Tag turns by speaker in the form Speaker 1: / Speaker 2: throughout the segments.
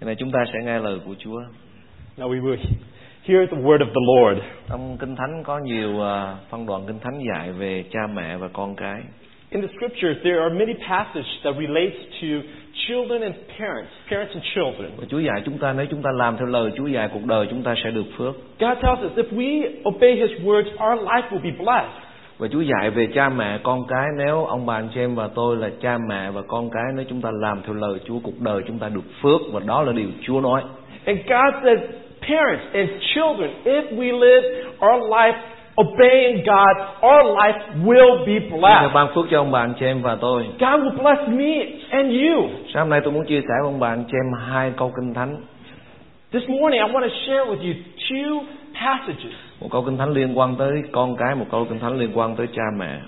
Speaker 1: Cho nên chúng ta sẽ nghe lời của Chúa.
Speaker 2: Now we will hear the word of the Lord.
Speaker 1: Trong Kinh Thánh có nhiều à, phân đoạn Kinh Thánh dạy về cha mẹ và con cái.
Speaker 2: In the scriptures, there are many passages that relates to children and parents, parents and children.
Speaker 1: Và Chúa dạy chúng ta nếu chúng ta làm theo lời Chúa dạy cuộc đời chúng ta sẽ được phước.
Speaker 2: God tells us if we obey His words, our life will be blessed.
Speaker 1: Và Chúa dạy về cha mẹ con cái nếu ông bà anh chị em và tôi là cha mẹ và con cái nếu chúng ta làm theo lời Chúa cuộc đời chúng ta được phước và đó là điều Chúa nói.
Speaker 2: And God says, parents and children, if we live our life obeying God, our life will be
Speaker 1: Chúa sẽ
Speaker 2: blessed.
Speaker 1: ban phước cho ông bà anh chị em và tôi.
Speaker 2: God will bless me and you.
Speaker 1: Sáng hôm nay tôi muốn chia sẻ với ông bà anh chị em hai câu kinh thánh.
Speaker 2: This morning, I want to share with you two passages.
Speaker 1: Một câu kinh thánh liên quan tới con cái, một câu kinh thánh liên quan tới cha mẹ.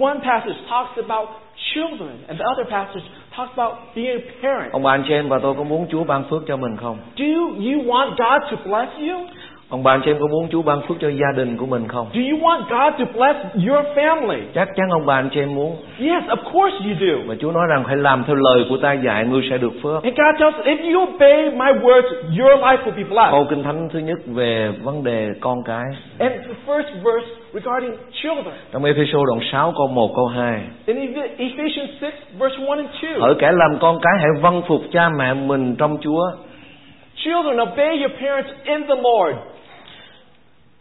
Speaker 2: One passage talks about children, and the other passage talks about being a parent.
Speaker 1: Ông bà anh chị em và tôi có muốn Chúa ban phước cho mình không?
Speaker 2: Do you want God to bless you?
Speaker 1: Ông bà anh chị em có muốn Chúa ban phước cho gia đình của mình không?
Speaker 2: Do you want God to bless your family?
Speaker 1: Chắc chắn ông bà anh chị em muốn.
Speaker 2: Yes, of course you do.
Speaker 1: Mà Chúa nói rằng hãy làm theo lời của ta dạy ngươi sẽ được phước.
Speaker 2: And God tells us, if you obey my words, your life will be blessed.
Speaker 1: Câu kinh thánh thứ nhất về vấn đề con cái.
Speaker 2: And the first verse regarding children.
Speaker 1: Trong Ephesos đoạn 6 câu 1 câu 2.
Speaker 2: In Eph- Ephesians 6, verse 1 and 2.
Speaker 1: Hỡi kẻ làm con cái hãy vâng phục cha mẹ mình trong Chúa.
Speaker 2: Children, obey your parents in the Lord,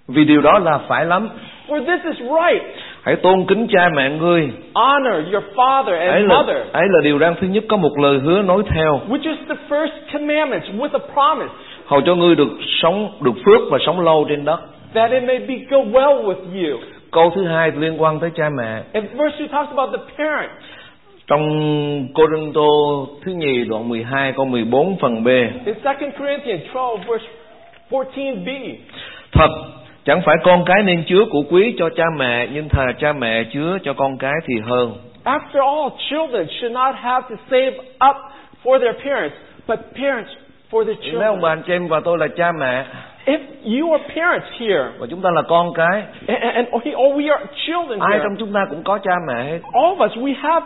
Speaker 1: Vì điều đó là phải lắm.
Speaker 2: for this is right.
Speaker 1: Hãy tôn kính cha mẹ ngươi.
Speaker 2: Honor your father
Speaker 1: Ấy
Speaker 2: and
Speaker 1: là,
Speaker 2: mother,
Speaker 1: ấy là điều răn thứ nhất có một lời hứa nối theo.
Speaker 2: which is the first commandment with a promise,
Speaker 1: Hầu cho ngươi được sống được phước và sống lâu trên đất.
Speaker 2: that it may be go well with you.
Speaker 1: Câu thứ hai liên quan tới cha mẹ.
Speaker 2: And verse 2 talks about the parent.
Speaker 1: Trong Cô Rinh Tô thứ nhì đoạn 12 câu 14 phần B.
Speaker 2: In 2 Corinthians 12, verse 14b,
Speaker 1: Thật chẳng phải con cái nên chứa của quý cho cha mẹ nhưng thà cha mẹ chứa cho con cái thì hơn.
Speaker 2: after all, children should not have to save up for their parents, but parents for their
Speaker 1: Nếu ông
Speaker 2: children.
Speaker 1: bà anh chị em và tôi là cha mẹ
Speaker 2: If you are parents here,
Speaker 1: và chúng ta là con cái,
Speaker 2: and, and or we are children
Speaker 1: ai
Speaker 2: here,
Speaker 1: trong chúng ta cũng có cha mẹ hết.
Speaker 2: all of us, we have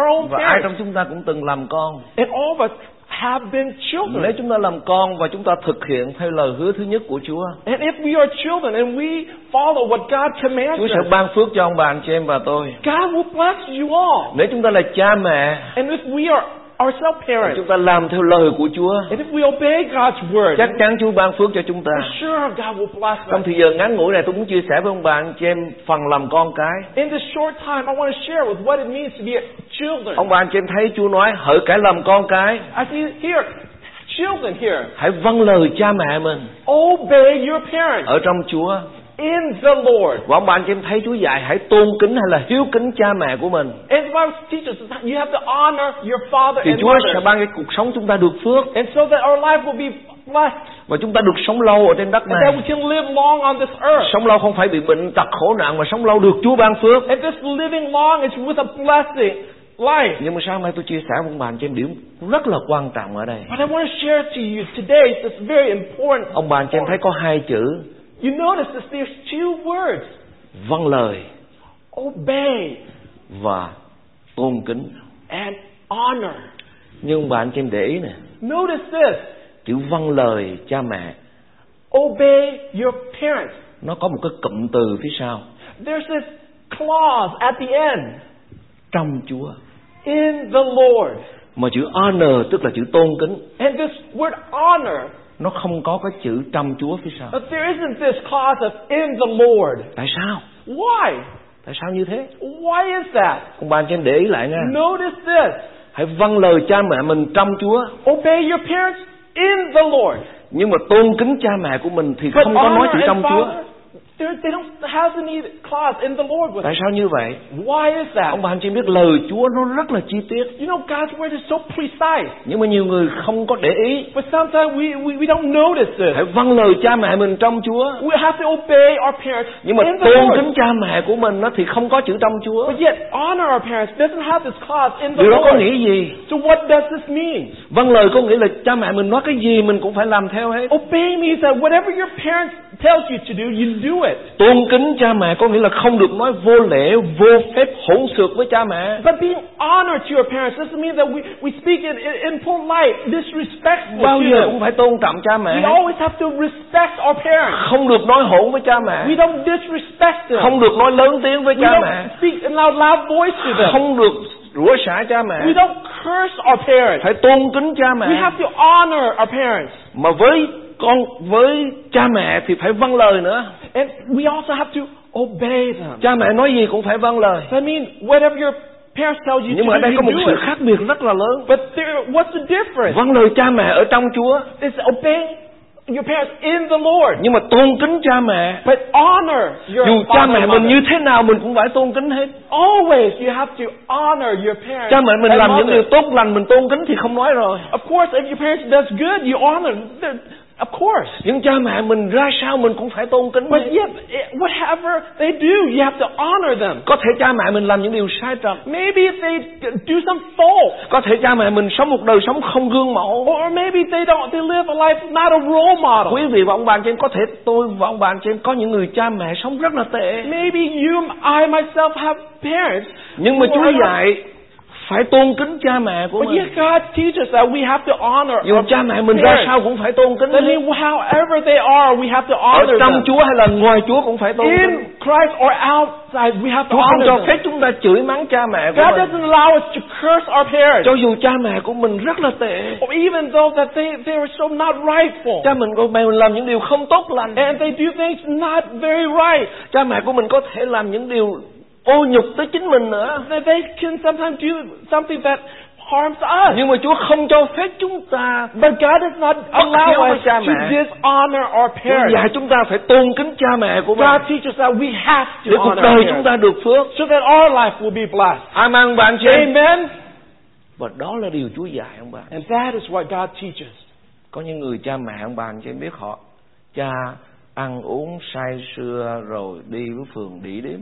Speaker 2: our own
Speaker 1: Và ai
Speaker 2: parents.
Speaker 1: trong chúng ta cũng từng làm con.
Speaker 2: And all of us have been
Speaker 1: Nếu
Speaker 2: children.
Speaker 1: chúng ta làm con và chúng ta thực hiện theo lời hứa thứ nhất của Chúa,
Speaker 2: And if we are children and we follow what God commands
Speaker 1: Chúa sẽ
Speaker 2: us,
Speaker 1: ban phước cho ông bà anh chị em và tôi.
Speaker 2: God will bless you all.
Speaker 1: Nếu chúng ta là cha mẹ,
Speaker 2: And if we are ourselves parents,
Speaker 1: chúng ta làm theo lời của Chúa,
Speaker 2: and if we obey God's word,
Speaker 1: chắc chắn Chúa ban phước cho chúng ta.
Speaker 2: for sure God will bless
Speaker 1: Trong
Speaker 2: us.
Speaker 1: thời giờ ngắn ngủi này tôi muốn chia sẻ với ông bà anh chị em phần làm con cái.
Speaker 2: In this short time, I want to share with what it means to be children.
Speaker 1: Ông bà anh chị em thấy Chúa nói hỡi kẻ làm con cái,
Speaker 2: I see here, children here,
Speaker 1: hãy vâng lời cha mẹ mình
Speaker 2: obey your parents
Speaker 1: ở trong Chúa.
Speaker 2: in the Lord.
Speaker 1: Và ông bà anh chị em thấy Chúa dạy hãy tôn kính hay là hiếu kính cha mẹ của mình.
Speaker 2: And the Bible teaches us that you have to honor your father
Speaker 1: Thì
Speaker 2: and
Speaker 1: Chúa sẽ
Speaker 2: mother,
Speaker 1: ban cái cuộc sống chúng ta được phước
Speaker 2: and so that our life will be blessed,
Speaker 1: và chúng ta được sống lâu ở trên đất
Speaker 2: and that
Speaker 1: này.
Speaker 2: we can live long on this earth.
Speaker 1: Sống lâu không phải bị bệnh tật khổ nạn mà sống lâu được Chúa ban phước.
Speaker 2: And this living long is with a blessing life.
Speaker 1: Nhưng mà sáng nay tôi chia sẻ với ông bà anh chị em điểm rất là quan trọng ở đây.
Speaker 2: But I want to share to you today this very important.
Speaker 1: Ông bà anh chị em thấy có hai chữ
Speaker 2: You notice this, there's two words
Speaker 1: vâng lời
Speaker 2: obey
Speaker 1: và tôn kính.
Speaker 2: and honor.
Speaker 1: Nhưng ông bà anh chị em để ý nè,
Speaker 2: Notice this
Speaker 1: chữ vâng lời cha mẹ
Speaker 2: obey your parents.
Speaker 1: nó có một cái cụm từ phía sau
Speaker 2: There's this clause at the end
Speaker 1: trong Chúa.
Speaker 2: in the Lord.
Speaker 1: Mà chữ honor tức là chữ tôn kính,
Speaker 2: And this word honor,
Speaker 1: nó không có cái chữ trong Chúa phía sau.
Speaker 2: but there isn't this clause of in the Lord.
Speaker 1: Tại sao?
Speaker 2: Why?
Speaker 1: Tại sao như thế?
Speaker 2: Why is that?
Speaker 1: Ông bà anh chị em để ý lại nha.
Speaker 2: Notice this
Speaker 1: Hãy vâng lời cha mẹ mình trong Chúa,
Speaker 2: obey your parents in the Lord.
Speaker 1: nhưng mà tôn kính cha mẹ của mình thì
Speaker 2: But
Speaker 1: không có nói
Speaker 2: honor
Speaker 1: chữ
Speaker 2: and
Speaker 1: trong Chúa.
Speaker 2: father, there- they don't have any clause in the Lord with
Speaker 1: Tại sao như vậy?
Speaker 2: it. Why is that?
Speaker 1: Ông bà anh chị em biết lời Chúa nó rất là chi tiết,
Speaker 2: You know, God's word is so precise,
Speaker 1: nhưng mà nhiều người không có để ý.
Speaker 2: but sometimes we, we, we don't notice this.
Speaker 1: Hãy vâng lời cha mẹ mình trong Chúa,
Speaker 2: We have to obey our parents
Speaker 1: nhưng mà
Speaker 2: in the
Speaker 1: tôn
Speaker 2: Lord.
Speaker 1: kính cha mẹ của mình nó thì không có chữ trong Chúa.
Speaker 2: But yet, honor our parents doesn't have this clause in the
Speaker 1: Điều đó có
Speaker 2: Lord.
Speaker 1: nghĩa gì?
Speaker 2: So what does this mean?
Speaker 1: Vâng lời có nghĩa là cha mẹ mình nói cái gì mình cũng phải làm theo hết.
Speaker 2: Obey means that whatever your parents tells you to do, you do it.
Speaker 1: Tôn kính cha mẹ có nghĩa là không được nói vô lễ, vô phép, hỗn xược với cha mẹ.
Speaker 2: Vâng, But being honored to your parents doesn't mean that we, we speak in, in, in polite, disrespect. respectful
Speaker 1: bao
Speaker 2: to
Speaker 1: giờ cũng
Speaker 2: them.
Speaker 1: phải tôn trọng cha mẹ
Speaker 2: We always have to respect our parents.
Speaker 1: không được nói hỗn với cha
Speaker 2: We
Speaker 1: mẹ
Speaker 2: don't disrespect them.
Speaker 1: không được nói lớn tiếng với
Speaker 2: We
Speaker 1: cha
Speaker 2: don't
Speaker 1: mẹ
Speaker 2: speak in loud, loud voice to them.
Speaker 1: không được rủa xả cha mẹ
Speaker 2: We don't curse our parents.
Speaker 1: phải tôn kính cha
Speaker 2: We
Speaker 1: mẹ
Speaker 2: have to honor our parents.
Speaker 1: mà với con với cha mẹ thì phải vâng lời nữa
Speaker 2: And we also have to obey them.
Speaker 1: cha mẹ nói gì cũng phải vâng lời
Speaker 2: I mean, whatever your parents tell you to do,
Speaker 1: nhưng mà ở đây có một
Speaker 2: you do
Speaker 1: sự
Speaker 2: it.
Speaker 1: khác biệt rất là lớn
Speaker 2: But there, what's the difference?
Speaker 1: vâng lời cha mẹ ở trong Chúa
Speaker 2: It's obeying your parents in the Lord.
Speaker 1: nhưng mà tôn kính cha mẹ
Speaker 2: But honor your
Speaker 1: dù cha
Speaker 2: father
Speaker 1: mẹ
Speaker 2: and
Speaker 1: mình
Speaker 2: mother.
Speaker 1: như thế nào mình cũng phải tôn kính hết
Speaker 2: Always you have to honor your parents.
Speaker 1: cha mẹ mình
Speaker 2: and
Speaker 1: làm những
Speaker 2: mother.
Speaker 1: điều tốt lành mình tôn kính thì không nói rồi
Speaker 2: Of course, if your parents does good, you honor them. They're- Of course.
Speaker 1: nhưng cha mẹ mình ra sao mình cũng phải tôn kính
Speaker 2: But
Speaker 1: hết.
Speaker 2: yet, it- whatever they do, you have to honor them.
Speaker 1: có thể cha mẹ mình làm những điều sai trật
Speaker 2: Maybe if they d- do some fault,
Speaker 1: có thể cha mẹ mình sống một đời sống không gương mẫu
Speaker 2: or maybe they don't, they live a life not a role model.
Speaker 1: quý vị và ông bà trên có thể tôi và ông bà trên có những người cha mẹ sống rất là tệ
Speaker 2: Maybe you, I myself have parents.
Speaker 1: nhưng mà
Speaker 2: who
Speaker 1: Chúa
Speaker 2: are not-
Speaker 1: dạy phải tôn kính cha mẹ của
Speaker 2: But
Speaker 1: mình
Speaker 2: yet God teaches that we have to honor
Speaker 1: dù
Speaker 2: our
Speaker 1: cha mẹ mình ra
Speaker 2: parents.
Speaker 1: sao cũng phải tôn kính
Speaker 2: That
Speaker 1: hết.
Speaker 2: means however they are, we have to
Speaker 1: ở
Speaker 2: honor
Speaker 1: trong
Speaker 2: them.
Speaker 1: Chúa hay là ngoài Chúa cũng phải tôn kính
Speaker 2: In Christ or outside, we have to
Speaker 1: Chúa không cho
Speaker 2: honor them.
Speaker 1: phép chúng ta chửi mắng cha mẹ của
Speaker 2: God
Speaker 1: mình
Speaker 2: doesn't allow us to curse our parents,
Speaker 1: cho dù cha mẹ của mình rất là tệ
Speaker 2: or even though that they, they are so not rightful.
Speaker 1: cha mình của mình làm những điều không tốt lành
Speaker 2: And they do things not very right.
Speaker 1: cha mẹ của mình có thể làm những điều ô nhục tới chính mình nữa
Speaker 2: That they can sometimes do something that harms us.
Speaker 1: nhưng mà Chúa không cho phép chúng ta
Speaker 2: But God does not
Speaker 1: theo
Speaker 2: allow us
Speaker 1: cha
Speaker 2: to
Speaker 1: mẹ.
Speaker 2: dishonor our
Speaker 1: Chúa
Speaker 2: parents.
Speaker 1: dạy chúng ta phải tôn kính cha mẹ của mình
Speaker 2: God teaches that we have to
Speaker 1: để cuộc
Speaker 2: honor our
Speaker 1: đời chúng
Speaker 2: parents
Speaker 1: ta được phước
Speaker 2: so that our life will be blessed.
Speaker 1: Amen ông bà anh chị em.
Speaker 2: Amen.
Speaker 1: và đó là điều Chúa dạy ông bà
Speaker 2: And that is what God teaches.
Speaker 1: có những người cha mẹ ông bà anh chị em biết họ cha ăn uống say sưa rồi đi với phường đĩ điếm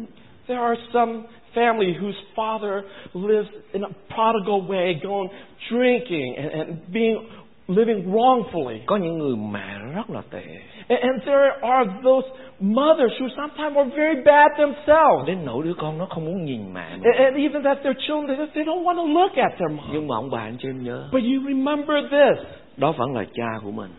Speaker 2: There are some family whose father lives in a prodigal way, going drinking and, and being living wrongfully.
Speaker 1: có những người mẹ rất là tệ
Speaker 2: And, and there are those mothers who sometimes are very bad themselves.
Speaker 1: đến nỗi đứa con nó không muốn nhìn mẹ mình.
Speaker 2: And, and even that their children, they- they don't want to look at their mom.
Speaker 1: nhưng mà ông bà anh chị em nhớ
Speaker 2: But you remember this,
Speaker 1: đó vẫn là cha của mình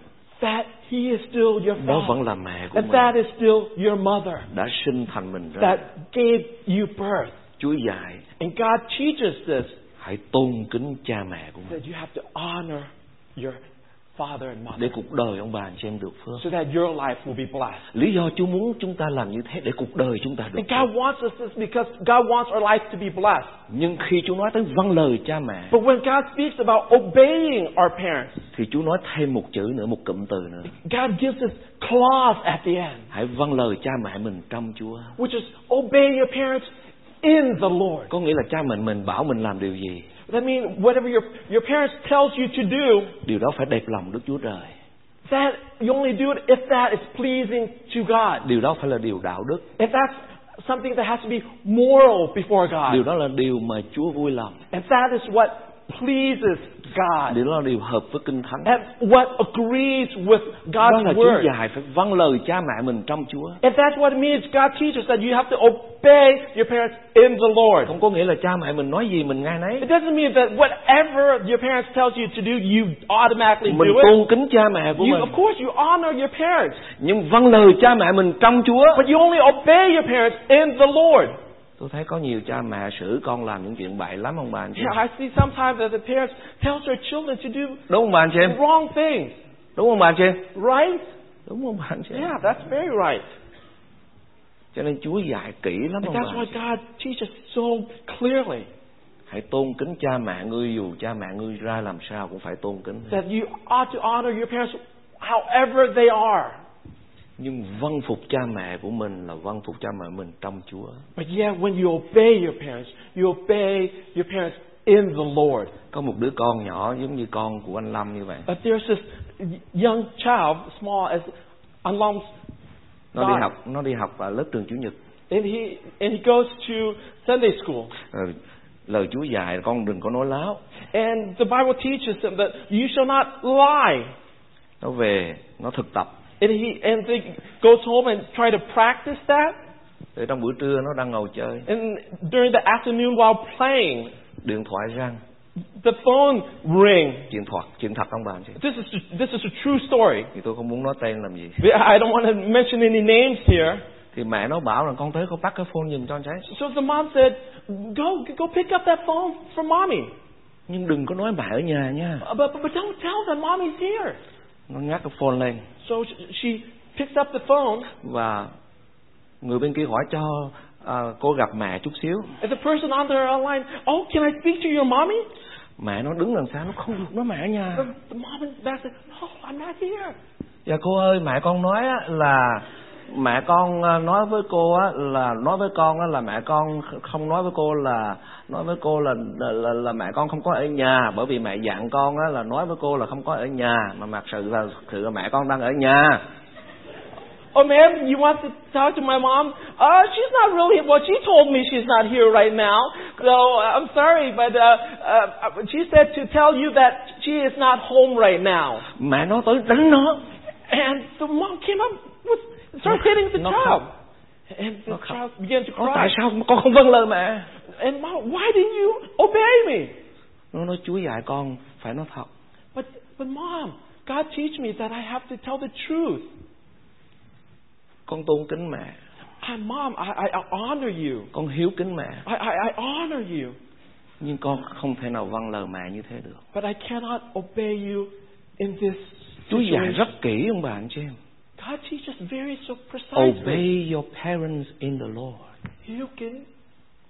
Speaker 2: that he is still your
Speaker 1: đó
Speaker 2: father.
Speaker 1: vẫn là mẹ của
Speaker 2: And
Speaker 1: mình
Speaker 2: that is still your mother
Speaker 1: đã sinh thành mình ra
Speaker 2: that gave you birth.
Speaker 1: Chúa dạy
Speaker 2: And God teaches this,
Speaker 1: hãy tôn kính cha mẹ của mình
Speaker 2: that you have to honor your father and mother.
Speaker 1: để cuộc đời ông bà anh chị em được phước
Speaker 2: so that your life will be blessed.
Speaker 1: lý do Chúa muốn chúng ta làm như thế để cuộc đời chúng ta được
Speaker 2: And
Speaker 1: phước
Speaker 2: God wants us this because God wants our life to be blessed.
Speaker 1: nhưng khi Chúa nói tới vâng lời cha mẹ
Speaker 2: But when God speaks about obeying our parents,
Speaker 1: thì Chúa nói thêm một chữ nữa một cụm từ nữa
Speaker 2: God gives us clause at the end,
Speaker 1: hãy vâng lời cha mẹ mình trong Chúa
Speaker 2: which is obey your parents in the Lord.
Speaker 1: có nghĩa là cha mẹ mình bảo mình làm điều gì
Speaker 2: That means whatever your, your parents tells you to do,
Speaker 1: điều đó phải đẹp lòng Đức Chúa Trời
Speaker 2: that you only do it if that is pleasing to God.
Speaker 1: điều đó phải là điều đạo đức
Speaker 2: If that's something that has to be moral before God.
Speaker 1: điều đó là điều mà Chúa vui lòng
Speaker 2: And that is what pleases God.
Speaker 1: điều đó là điều hợp với kinh thánh
Speaker 2: And what agrees with
Speaker 1: đó
Speaker 2: God's
Speaker 1: là Chúa
Speaker 2: word.
Speaker 1: dạy phải vâng lời cha mẹ mình trong Chúa
Speaker 2: And that's what it means. God teaches that you have to obey your parents in the Lord.
Speaker 1: không có nghĩa là cha mẹ mình nói gì mình nghe nấy
Speaker 2: It doesn't mean that whatever your parents tells you to do, you automatically
Speaker 1: mình
Speaker 2: do it.
Speaker 1: tôn kính cha mẹ của
Speaker 2: You,
Speaker 1: mình
Speaker 2: of course, you honor your parents,
Speaker 1: nhưng vâng lời cha mẹ mình trong Chúa
Speaker 2: but you only obey your parents in the Lord.
Speaker 1: tôi thấy có nhiều cha mẹ xử con làm những chuyện bậy lắm ông bà anh chị
Speaker 2: Yeah, I see sometimes that the parents tells their children to do
Speaker 1: đúng không bà anh chị em
Speaker 2: wrong things,
Speaker 1: đúng không bà anh chị em
Speaker 2: right?
Speaker 1: đúng không bà anh chị em
Speaker 2: Yeah, that's very right.
Speaker 1: cho nên Chúa dạy kỹ lắm
Speaker 2: And
Speaker 1: ông
Speaker 2: that's
Speaker 1: bà
Speaker 2: why God teaches so clearly
Speaker 1: hãy tôn kính cha mẹ ngươi dù cha mẹ ngươi ra làm sao cũng phải tôn kính
Speaker 2: that you ought to honor your parents however they are.
Speaker 1: nhưng vâng phục cha mẹ của mình là vâng phục cha mẹ mình trong Chúa
Speaker 2: But yet, when you obey your parents, you obey your parents in the Lord.
Speaker 1: có một đứa con nhỏ giống như con của anh Lâm như vậy
Speaker 2: But there's this young child, small as Anlam's
Speaker 1: nó đi
Speaker 2: Rồi.
Speaker 1: học nó đi học ở lớp trường chủ nhật
Speaker 2: and he and he goes to Sunday school.
Speaker 1: Ờ, lời Chúa dạy con đừng có nói láo
Speaker 2: And the Bible teaches him that you shall not lie.
Speaker 1: nó về nó thực tập
Speaker 2: And he and they goes home and try to practice that.
Speaker 1: Rồi trong buổi trưa nó đang ngồi chơi
Speaker 2: And during the afternoon while playing,
Speaker 1: điện thoại răng
Speaker 2: The phone ring.
Speaker 1: chuyện thoại chuyện thật ông bà anh chị
Speaker 2: This is this is a true story.
Speaker 1: thì tôi không muốn nói tên làm gì
Speaker 2: I don't want to mention any names here.
Speaker 1: thì mẹ nó bảo là con tới con bắt cái phone giùm cho anh trái
Speaker 2: So the mom said, "Go go pick up that phone from mommy,
Speaker 1: nhưng đừng có nói mẹ ở nhà nha
Speaker 2: Uh, but but, but don't tell them mommy's here."
Speaker 1: nó nhắc cái phone lên
Speaker 2: So she, she picks up the phone,
Speaker 1: và người bên kia hỏi cho à, cô gặp mẹ chút xíu
Speaker 2: and the person on the line, "Oh, can I speak to your mommy?"
Speaker 1: mẹ nó đứng đằng xa nó không được nó mẹ ở nhà
Speaker 2: The, the mom in the back said, "No, I'm not here."
Speaker 1: dạ cô ơi mẹ con nói á, là mẹ con à, nói với cô á là nói với con á là mẹ con kh- không nói với cô là nói với cô là là, là, là mẹ con không có ở nhà bởi vì mẹ dặn con á là nói với cô là không có ở nhà mà mặc sự là thực sự là mẹ con đang ở nhà
Speaker 2: Oh, ma'am, you want to talk to my mom? Uh, she's not really. Well, she told me she's not here right now. So uh, I'm sorry, but uh, uh, she said to tell you that she is not home right now.
Speaker 1: mẹ nó tới đánh nó
Speaker 2: And the mom came up with started hitting the
Speaker 1: Knock
Speaker 2: child.
Speaker 1: out.
Speaker 2: And the
Speaker 1: Knock
Speaker 2: child began to
Speaker 1: nó
Speaker 2: cry.
Speaker 1: tại sao con không vâng lời mẹ
Speaker 2: And mom, why didn't you obey me?
Speaker 1: nó nói chúa dạy con phải nói thật
Speaker 2: But but mom, God teach me that I have to tell the truth.
Speaker 1: con tôn kính mẹ
Speaker 2: I, mom, I, I I honor you.
Speaker 1: con hiếu kính mẹ
Speaker 2: I, I, I honor you.
Speaker 1: nhưng con không thể nào vâng lời mẹ như thế được
Speaker 2: But I cannot obey you in this
Speaker 1: chúa dạy
Speaker 2: situation.
Speaker 1: rất kỹ ông bà anh chị em
Speaker 2: God teaches very so precisely.
Speaker 1: Obey your parents in the Lord.
Speaker 2: Hiếu kính.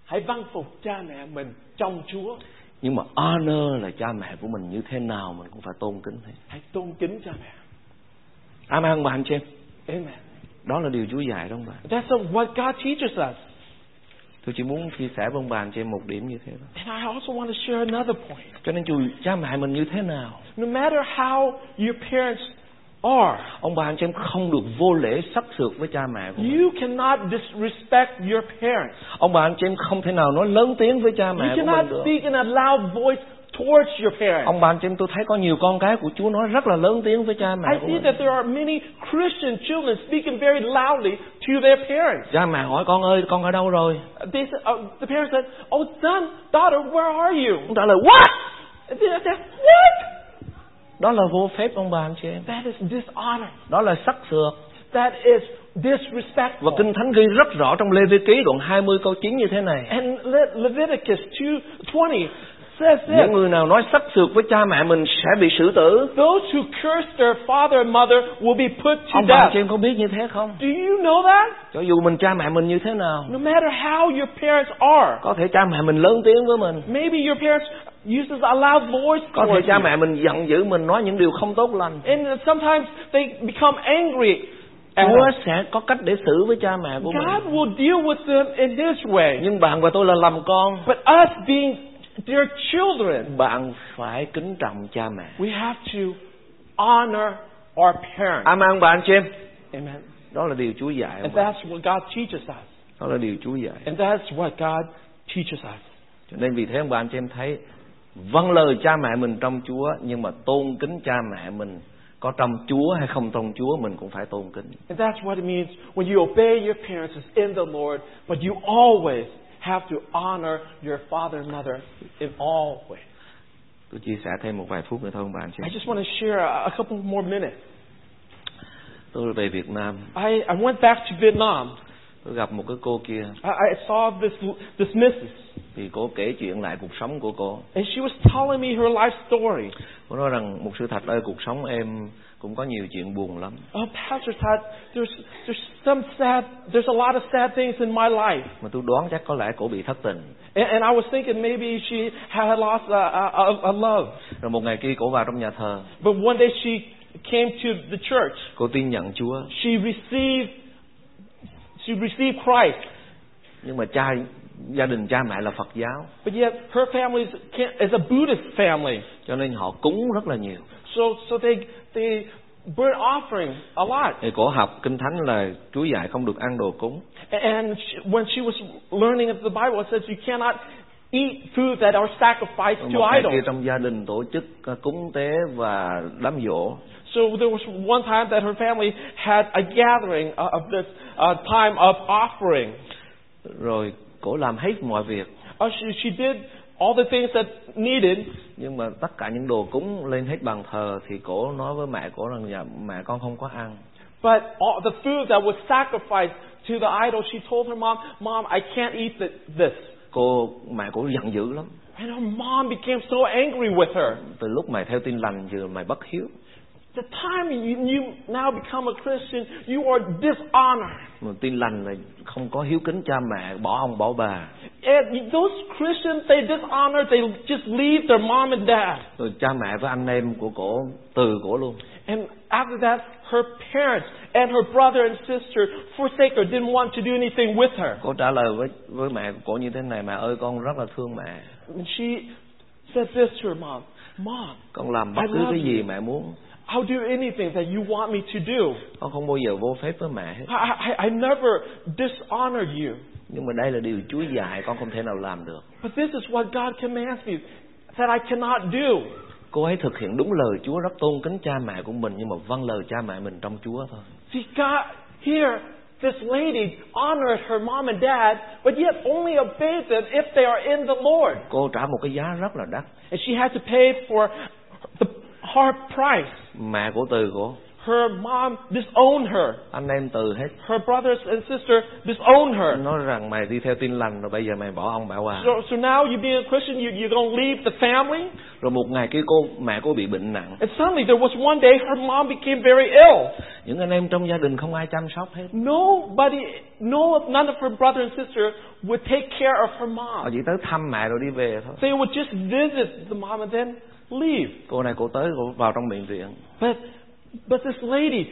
Speaker 2: Hãy vâng phục cha mẹ mình trong Chúa.
Speaker 1: Nhưng mà honor là cha mẹ của mình như thế nào mình cũng phải tôn kính hết.
Speaker 2: Hãy tôn kính cha mẹ.
Speaker 1: Amen không bà anh chị em?
Speaker 2: Amen.
Speaker 1: Đó là điều Chúa dạy đó ông bà.
Speaker 2: That's what God teaches us.
Speaker 1: Tôi chỉ muốn chia sẻ với ông bà anh chị em một điểm như thế đó.
Speaker 2: And I also want to share another point.
Speaker 1: Cho nên chú cha mẹ mình như thế nào?
Speaker 2: No matter how your parents are,
Speaker 1: Ông bà anh chị em không được vô lễ sắc sược với cha mẹ của mình.
Speaker 2: you cannot disrespect your parents.
Speaker 1: Ông bà anh chị em không thể nào nói lớn tiếng với cha
Speaker 2: You
Speaker 1: mẹ của
Speaker 2: cannot
Speaker 1: mình được.
Speaker 2: speak in a loud voice towards your parents.
Speaker 1: Ông bà anh chị em tôi thấy có nhiều con cái của Chúa nói rất là lớn tiếng với cha mẹ
Speaker 2: I
Speaker 1: của
Speaker 2: see
Speaker 1: mình.
Speaker 2: that there are many Christian children speaking very loudly to their parents.
Speaker 1: Cha mẹ hỏi con ơi con ở đâu rồi?
Speaker 2: They said, uh, the parents said, "Oh, son, daughter, where are you?"
Speaker 1: Ông trả lời what?
Speaker 2: And they said, "What?
Speaker 1: Đó là vô phép ông bà anh chị em.
Speaker 2: That is dishonor.
Speaker 1: Đó là sắc sược.
Speaker 2: That is
Speaker 1: Và
Speaker 2: disrespectful."
Speaker 1: Kinh Thánh ghi rất rõ trong Lê Vi Ký đoạn 20 câu 9 như thế này.
Speaker 2: And Le- Leviticus two twenty says this.
Speaker 1: Những người nào nói sắc sược với cha mẹ mình sẽ bị xử tử.
Speaker 2: Those who curse their father and mother will be put to
Speaker 1: Ông bà
Speaker 2: death.
Speaker 1: chị em có biết như thế không?
Speaker 2: Do you know that?
Speaker 1: Cho dù mình cha mẹ mình như thế nào,
Speaker 2: No matter how your parents are,
Speaker 1: có thể cha mẹ mình lớn tiếng với mình,
Speaker 2: maybe your parents uses a loud voice
Speaker 1: có
Speaker 2: towards
Speaker 1: thể cha
Speaker 2: you.
Speaker 1: mẹ mình giận dữ mình nói những điều không tốt lành.
Speaker 2: And sometimes they become angry. at
Speaker 1: Chúa
Speaker 2: us.
Speaker 1: sẽ có cách để xử với cha mẹ của
Speaker 2: God
Speaker 1: mình.
Speaker 2: will deal with them in His way.
Speaker 1: Nhưng bạn và tôi là làm con,
Speaker 2: But us being their children,
Speaker 1: bạn phải kính trọng cha mẹ.
Speaker 2: we have to honor our parents.
Speaker 1: Amen ông bà anh chị em.
Speaker 2: Amen.
Speaker 1: Đó là điều Chúa dạy. ông
Speaker 2: And
Speaker 1: bà.
Speaker 2: that's what God teaches us.
Speaker 1: Đó là điều Chúa dạy.
Speaker 2: And that's what God teaches us.
Speaker 1: Cho nên vì thế ông bà anh chị em thấy vâng lời cha mẹ mình trong Chúa nhưng mà tôn kính cha mẹ mình có trong Chúa hay không trong Chúa mình cũng phải tôn kính.
Speaker 2: And that's what it means when you obey your parents is in the Lord, but you always have to honor your father and mother in all ways.
Speaker 1: Tôi chia sẻ thêm một vài phút nữa thôi ông bà anh chị.
Speaker 2: I
Speaker 1: em.
Speaker 2: just want to share a, a couple more minutes.
Speaker 1: Tôi về Việt Nam,
Speaker 2: I, I went back to Vietnam.
Speaker 1: tôi gặp một cái cô kia
Speaker 2: I, I saw this this missus,
Speaker 1: thì cô kể chuyện lại cuộc sống của cô.
Speaker 2: and she was telling me her life story.
Speaker 1: Cô nói rằng một sự thật ơi cuộc sống em cũng có nhiều chuyện buồn lắm.
Speaker 2: Oh, Pastor Todd, there's there's some sad, there's a lot of sad things in my life,
Speaker 1: Mà tôi đoán chắc có lẽ cô bị thất tình.
Speaker 2: and, and I was thinking maybe she had lost a, a, a- a love.
Speaker 1: Rồi một ngày kia cô vào trong nhà thờ,
Speaker 2: But one day she came to the church.
Speaker 1: cô tin nhận Chúa.
Speaker 2: she received she received Christ,
Speaker 1: Nhưng mà cha gia đình cha mẹ là Phật giáo
Speaker 2: but yet her family is, can't- is a Buddhist family,
Speaker 1: cho nên họ cúng rất là nhiều.
Speaker 2: so so they they burn offering a lot.
Speaker 1: Thì cổ học kinh thánh là Chúa dạy không được ăn đồ cúng.
Speaker 2: And she, when she was learning of the Bible, it says you cannot eat food that are sacrificed to
Speaker 1: Một ngày kia
Speaker 2: idols.
Speaker 1: trong gia đình tổ chức ờ, cúng tế và đám giỗ.
Speaker 2: So there was one time that her family had a gathering uh, of this uh, time of offering.
Speaker 1: Rồi cổ làm hết mọi việc.
Speaker 2: Uh, she she did all the things that needed.
Speaker 1: nhưng mà tất cả những đồ cúng lên hết bàn thờ thì cổ nói với mẹ cổ rằng dạ mẹ con không có ăn
Speaker 2: But all the food that was sacrificed to the idol, she told her mom, Mom, I can't eat th- this.
Speaker 1: cô mẹ cổ giận dữ lắm
Speaker 2: And her mom became so angry with her.
Speaker 1: từ lúc mày theo tin lành giờ mày bất hiếu
Speaker 2: The time you, you now become a Christian, you are dishonored.
Speaker 1: mà tin lành là không có hiếu kính cha mẹ bỏ ông bỏ bà
Speaker 2: And those Christians, they dishonor, they just leave their mom and dad.
Speaker 1: rồi cha mẹ với anh em của cổ từ cổ luôn
Speaker 2: And after that, her parents and her brother and sister forsake her, didn't want to do anything with her.
Speaker 1: cô trả lời với với mẹ của cổ như thế này mẹ ơi con rất là thương mẹ
Speaker 2: And she said this to her mom, Mom,
Speaker 1: con làm bất cứ cái gì mẹ muốn
Speaker 2: I'll do anything that you want me to do.
Speaker 1: con không bao giờ vô phép với mẹ hết
Speaker 2: I, I, I never dishonored you.
Speaker 1: nhưng mà đây là điều chúa dạy con không thể nào làm được
Speaker 2: But this is what God commands me that I cannot do.
Speaker 1: cô ấy thực hiện đúng lời chúa rất tôn kính cha mẹ của mình nhưng mà vâng lời cha mẹ mình trong chúa thôi
Speaker 2: See, God, here, this lady honored her mom and dad, but yet only obeyed them if they are in the Lord.
Speaker 1: cô trả một cái giá rất là đắt
Speaker 2: And she had to pay for the hard price.
Speaker 1: mẹ của từ của
Speaker 2: Her mom disowned her.
Speaker 1: anh em từ hết
Speaker 2: Her brothers and sister disowned her.
Speaker 1: nói rằng mày đi theo tin lành rồi bây giờ mày bỏ ông bỏ bà
Speaker 2: So, so now you being a Christian, you, you're going to leave the family?
Speaker 1: rồi một ngày kia cô mẹ cô bị bệnh nặng
Speaker 2: And suddenly there was one day her mom became very ill.
Speaker 1: những anh em trong gia đình không ai chăm sóc hết
Speaker 2: Nobody, no, none of her brother and sister would take care of her
Speaker 1: họ
Speaker 2: mom.
Speaker 1: chỉ tới thăm mẹ rồi đi về thôi
Speaker 2: They would just visit the mom and then leave.
Speaker 1: cô này cô tới cô vào trong bệnh viện
Speaker 2: But, but this lady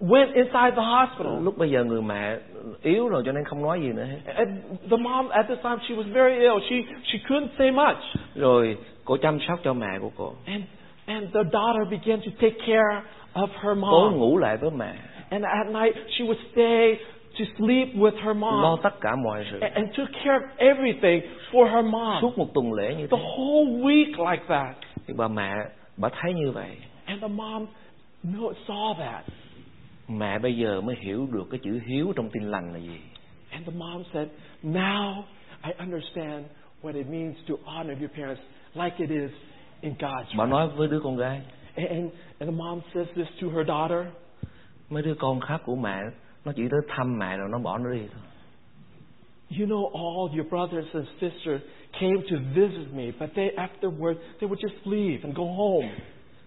Speaker 2: went inside the hospital.
Speaker 1: lúc bây giờ người mẹ yếu rồi cho nên không nói gì nữa hết
Speaker 2: And the mom at this time she was very ill. She she couldn't say much.
Speaker 1: rồi cô chăm sóc cho mẹ của cô
Speaker 2: And and the daughter began to take care of her
Speaker 1: cô
Speaker 2: mom.
Speaker 1: ngủ lại với mẹ
Speaker 2: And at night she would stay to sleep with her
Speaker 1: lo
Speaker 2: mom
Speaker 1: tất cả mọi sự
Speaker 2: and, and took care of everything for her mom.
Speaker 1: suốt một tuần lễ như
Speaker 2: The
Speaker 1: thế
Speaker 2: whole week like that.
Speaker 1: thì bà mẹ bà thấy như vậy
Speaker 2: And the mom no saw that.
Speaker 1: mẹ bây giờ mới hiểu được cái chữ hiếu trong tin lành là gì
Speaker 2: And the mom said, Now I understand what it means to honor your parents like it is in God's
Speaker 1: bà
Speaker 2: right.
Speaker 1: nói với đứa con gái
Speaker 2: And, and the mom says this to her daughter.
Speaker 1: mấy đứa con khác của mẹ nó chỉ tới thăm mẹ rồi nó bỏ nó đi thôi
Speaker 2: You know, all your brothers and sisters came to visit me, but they afterward they would just leave and go home.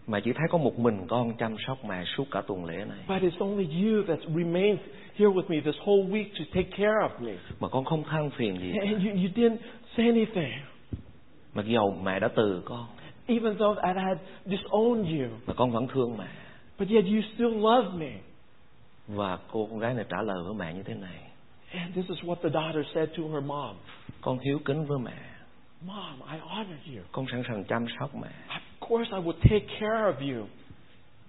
Speaker 1: mẹ chỉ thấy có một mình con chăm sóc mẹ suốt cả tuần lễ này
Speaker 2: But it's only you that remains here with me this whole week to take care of me.
Speaker 1: mà con không than phiền gì
Speaker 2: And you, you didn't say anything,
Speaker 1: mặc dầu mẹ đã từ con
Speaker 2: even though I had disowned you.
Speaker 1: mà con vẫn thương mẹ
Speaker 2: But yet you still love me.
Speaker 1: và cô con gái này trả lời với mẹ như thế này
Speaker 2: And this is what the daughter said to her mom.
Speaker 1: con hiếu kính với mẹ
Speaker 2: Mom, I honored you.
Speaker 1: con sẵn sàng chăm sóc mẹ
Speaker 2: Of course I will take care of you.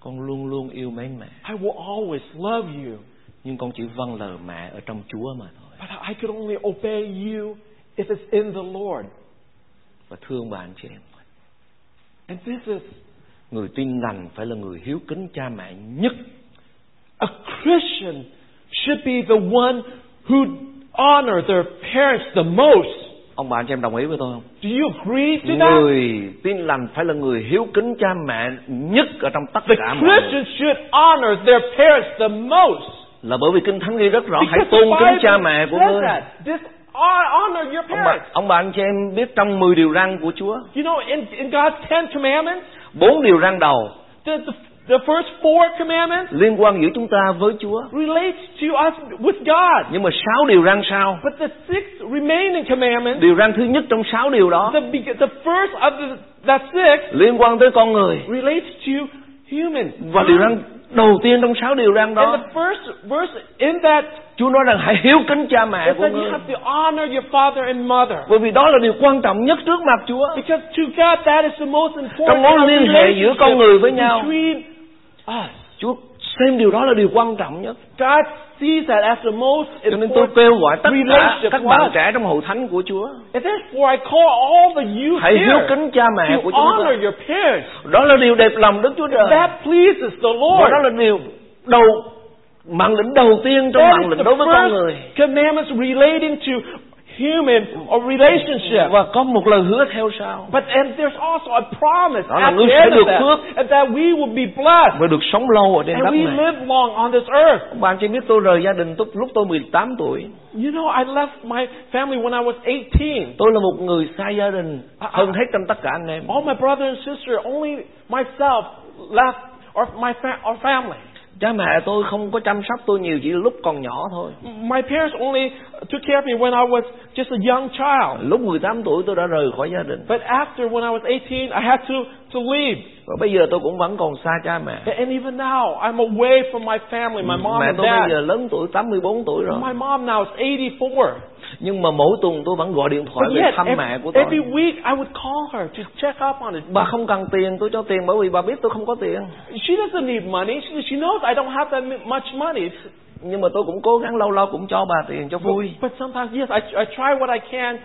Speaker 1: con luôn luôn yêu mến mẹ
Speaker 2: I will always love you.
Speaker 1: nhưng con chỉ vâng lời mẹ ở trong chúa mà thôi
Speaker 2: But I could only obey you if it's in the Lord.
Speaker 1: và thương bà anh chị em
Speaker 2: And this is
Speaker 1: người tin lành phải là người hiếu kính cha mẹ nhất
Speaker 2: a Christian should be the one who honor their parents the most.
Speaker 1: ông bà anh chị em đồng ý với tôi không
Speaker 2: Do you agree to that?
Speaker 1: người tin lành phải là người hiếu kính cha mẹ nhất ở trong tất
Speaker 2: The
Speaker 1: cả mọi người
Speaker 2: Christian should honor their parents the most.
Speaker 1: là bởi vì kinh thánh ghi rất rõ hãy
Speaker 2: Because
Speaker 1: tôn
Speaker 2: the
Speaker 1: kính cha mẹ
Speaker 2: Bible
Speaker 1: của
Speaker 2: says
Speaker 1: ngươi
Speaker 2: that. This honor your
Speaker 1: ông bà,
Speaker 2: parents.
Speaker 1: ông bà anh chị em biết trong 10 điều răn của Chúa
Speaker 2: You know, in, in God's Ten Commandments,
Speaker 1: bốn điều răn đầu
Speaker 2: the, the, the first four commandments
Speaker 1: liên quan giữa chúng ta với Chúa
Speaker 2: relates to us with God.
Speaker 1: nhưng mà sáu điều răn sau
Speaker 2: But the six remaining commandments,
Speaker 1: điều răn thứ nhất trong sáu điều đó
Speaker 2: the, be- the first of the, that six
Speaker 1: liên quan tới con người
Speaker 2: relates to humans.
Speaker 1: và điều răn đầu tiên trong sáu điều răn
Speaker 2: And
Speaker 1: đó
Speaker 2: the first verse in that
Speaker 1: Chúa nói rằng hãy hiếu kính cha mẹ
Speaker 2: is
Speaker 1: của
Speaker 2: that you
Speaker 1: ngươi
Speaker 2: have to honor your father and mother.
Speaker 1: bởi vì đó là điều quan trọng nhất trước mặt Chúa
Speaker 2: Because to God that is the most
Speaker 1: Trong
Speaker 2: important
Speaker 1: mối liên hệ giữa con người với nhau.
Speaker 2: between us.
Speaker 1: Chúa xem điều đó là điều quan trọng nhất
Speaker 2: God sees that as the most
Speaker 1: cho nên tôi
Speaker 2: important
Speaker 1: kêu gọi tất cả
Speaker 2: relationship
Speaker 1: các
Speaker 2: with
Speaker 1: bạn
Speaker 2: us.
Speaker 1: trẻ trong hội thánh của Chúa
Speaker 2: And therefore I call all the youth
Speaker 1: hãy hiếu
Speaker 2: here
Speaker 1: kính cha mẹ của
Speaker 2: to
Speaker 1: chúng
Speaker 2: honor
Speaker 1: ta
Speaker 2: your parents.
Speaker 1: đó là điều đẹp lòng Đức Chúa Trời
Speaker 2: That pleases the
Speaker 1: và
Speaker 2: Lord.
Speaker 1: đó là điều đầu mạng lĩnh đầu tiên trong
Speaker 2: That
Speaker 1: mạng
Speaker 2: is
Speaker 1: lĩnh
Speaker 2: the
Speaker 1: đối với con người
Speaker 2: first commandments relating to human or relationship.
Speaker 1: và có một lời hứa theo sau
Speaker 2: But and there's also a promise
Speaker 1: Đó là
Speaker 2: at the
Speaker 1: ngươi
Speaker 2: end
Speaker 1: sẽ
Speaker 2: of
Speaker 1: được phước.
Speaker 2: that, and that we will be blessed
Speaker 1: và được sống lâu ở trên
Speaker 2: and
Speaker 1: đất
Speaker 2: we
Speaker 1: này
Speaker 2: live long on this earth.
Speaker 1: bạn chỉ biết tôi rời gia đình tôi, lúc tôi 18 tuổi
Speaker 2: You know, I left my family when I was 18.
Speaker 1: tôi là một người xa gia đình
Speaker 2: À,
Speaker 1: hơn
Speaker 2: à.
Speaker 1: hết trong tất cả anh em
Speaker 2: All my brother and sister, only myself left or my fa- or family.
Speaker 1: cha mẹ tôi không có chăm sóc tôi nhiều chỉ lúc còn nhỏ thôi
Speaker 2: My parents only took care of me when I was just a young child.
Speaker 1: lúc 18 tuổi tôi đã rời khỏi gia đình
Speaker 2: But after when I was 18, I had to to leave.
Speaker 1: và bây giờ tôi cũng vẫn còn xa cha mẹ
Speaker 2: And even now, I'm away from my family, my mom
Speaker 1: mẹ
Speaker 2: and
Speaker 1: tôi bây giờ
Speaker 2: dad.
Speaker 1: lớn tuổi 84 tuổi rồi
Speaker 2: My mom now is 84.
Speaker 1: nhưng mà mỗi tuần tôi vẫn gọi điện thoại
Speaker 2: But
Speaker 1: về
Speaker 2: yet,
Speaker 1: thăm mẹ của
Speaker 2: every,
Speaker 1: tôi
Speaker 2: every week I would call her to check up on it.
Speaker 1: bà không cần tiền tôi cho tiền bởi vì bà biết tôi không có tiền
Speaker 2: She doesn't need money. She, she knows I don't have that mi- much money.
Speaker 1: nhưng mà tôi cũng cố gắng lâu lâu cũng cho bà tiền cho vui
Speaker 2: But sometimes, yes, I, I try what I can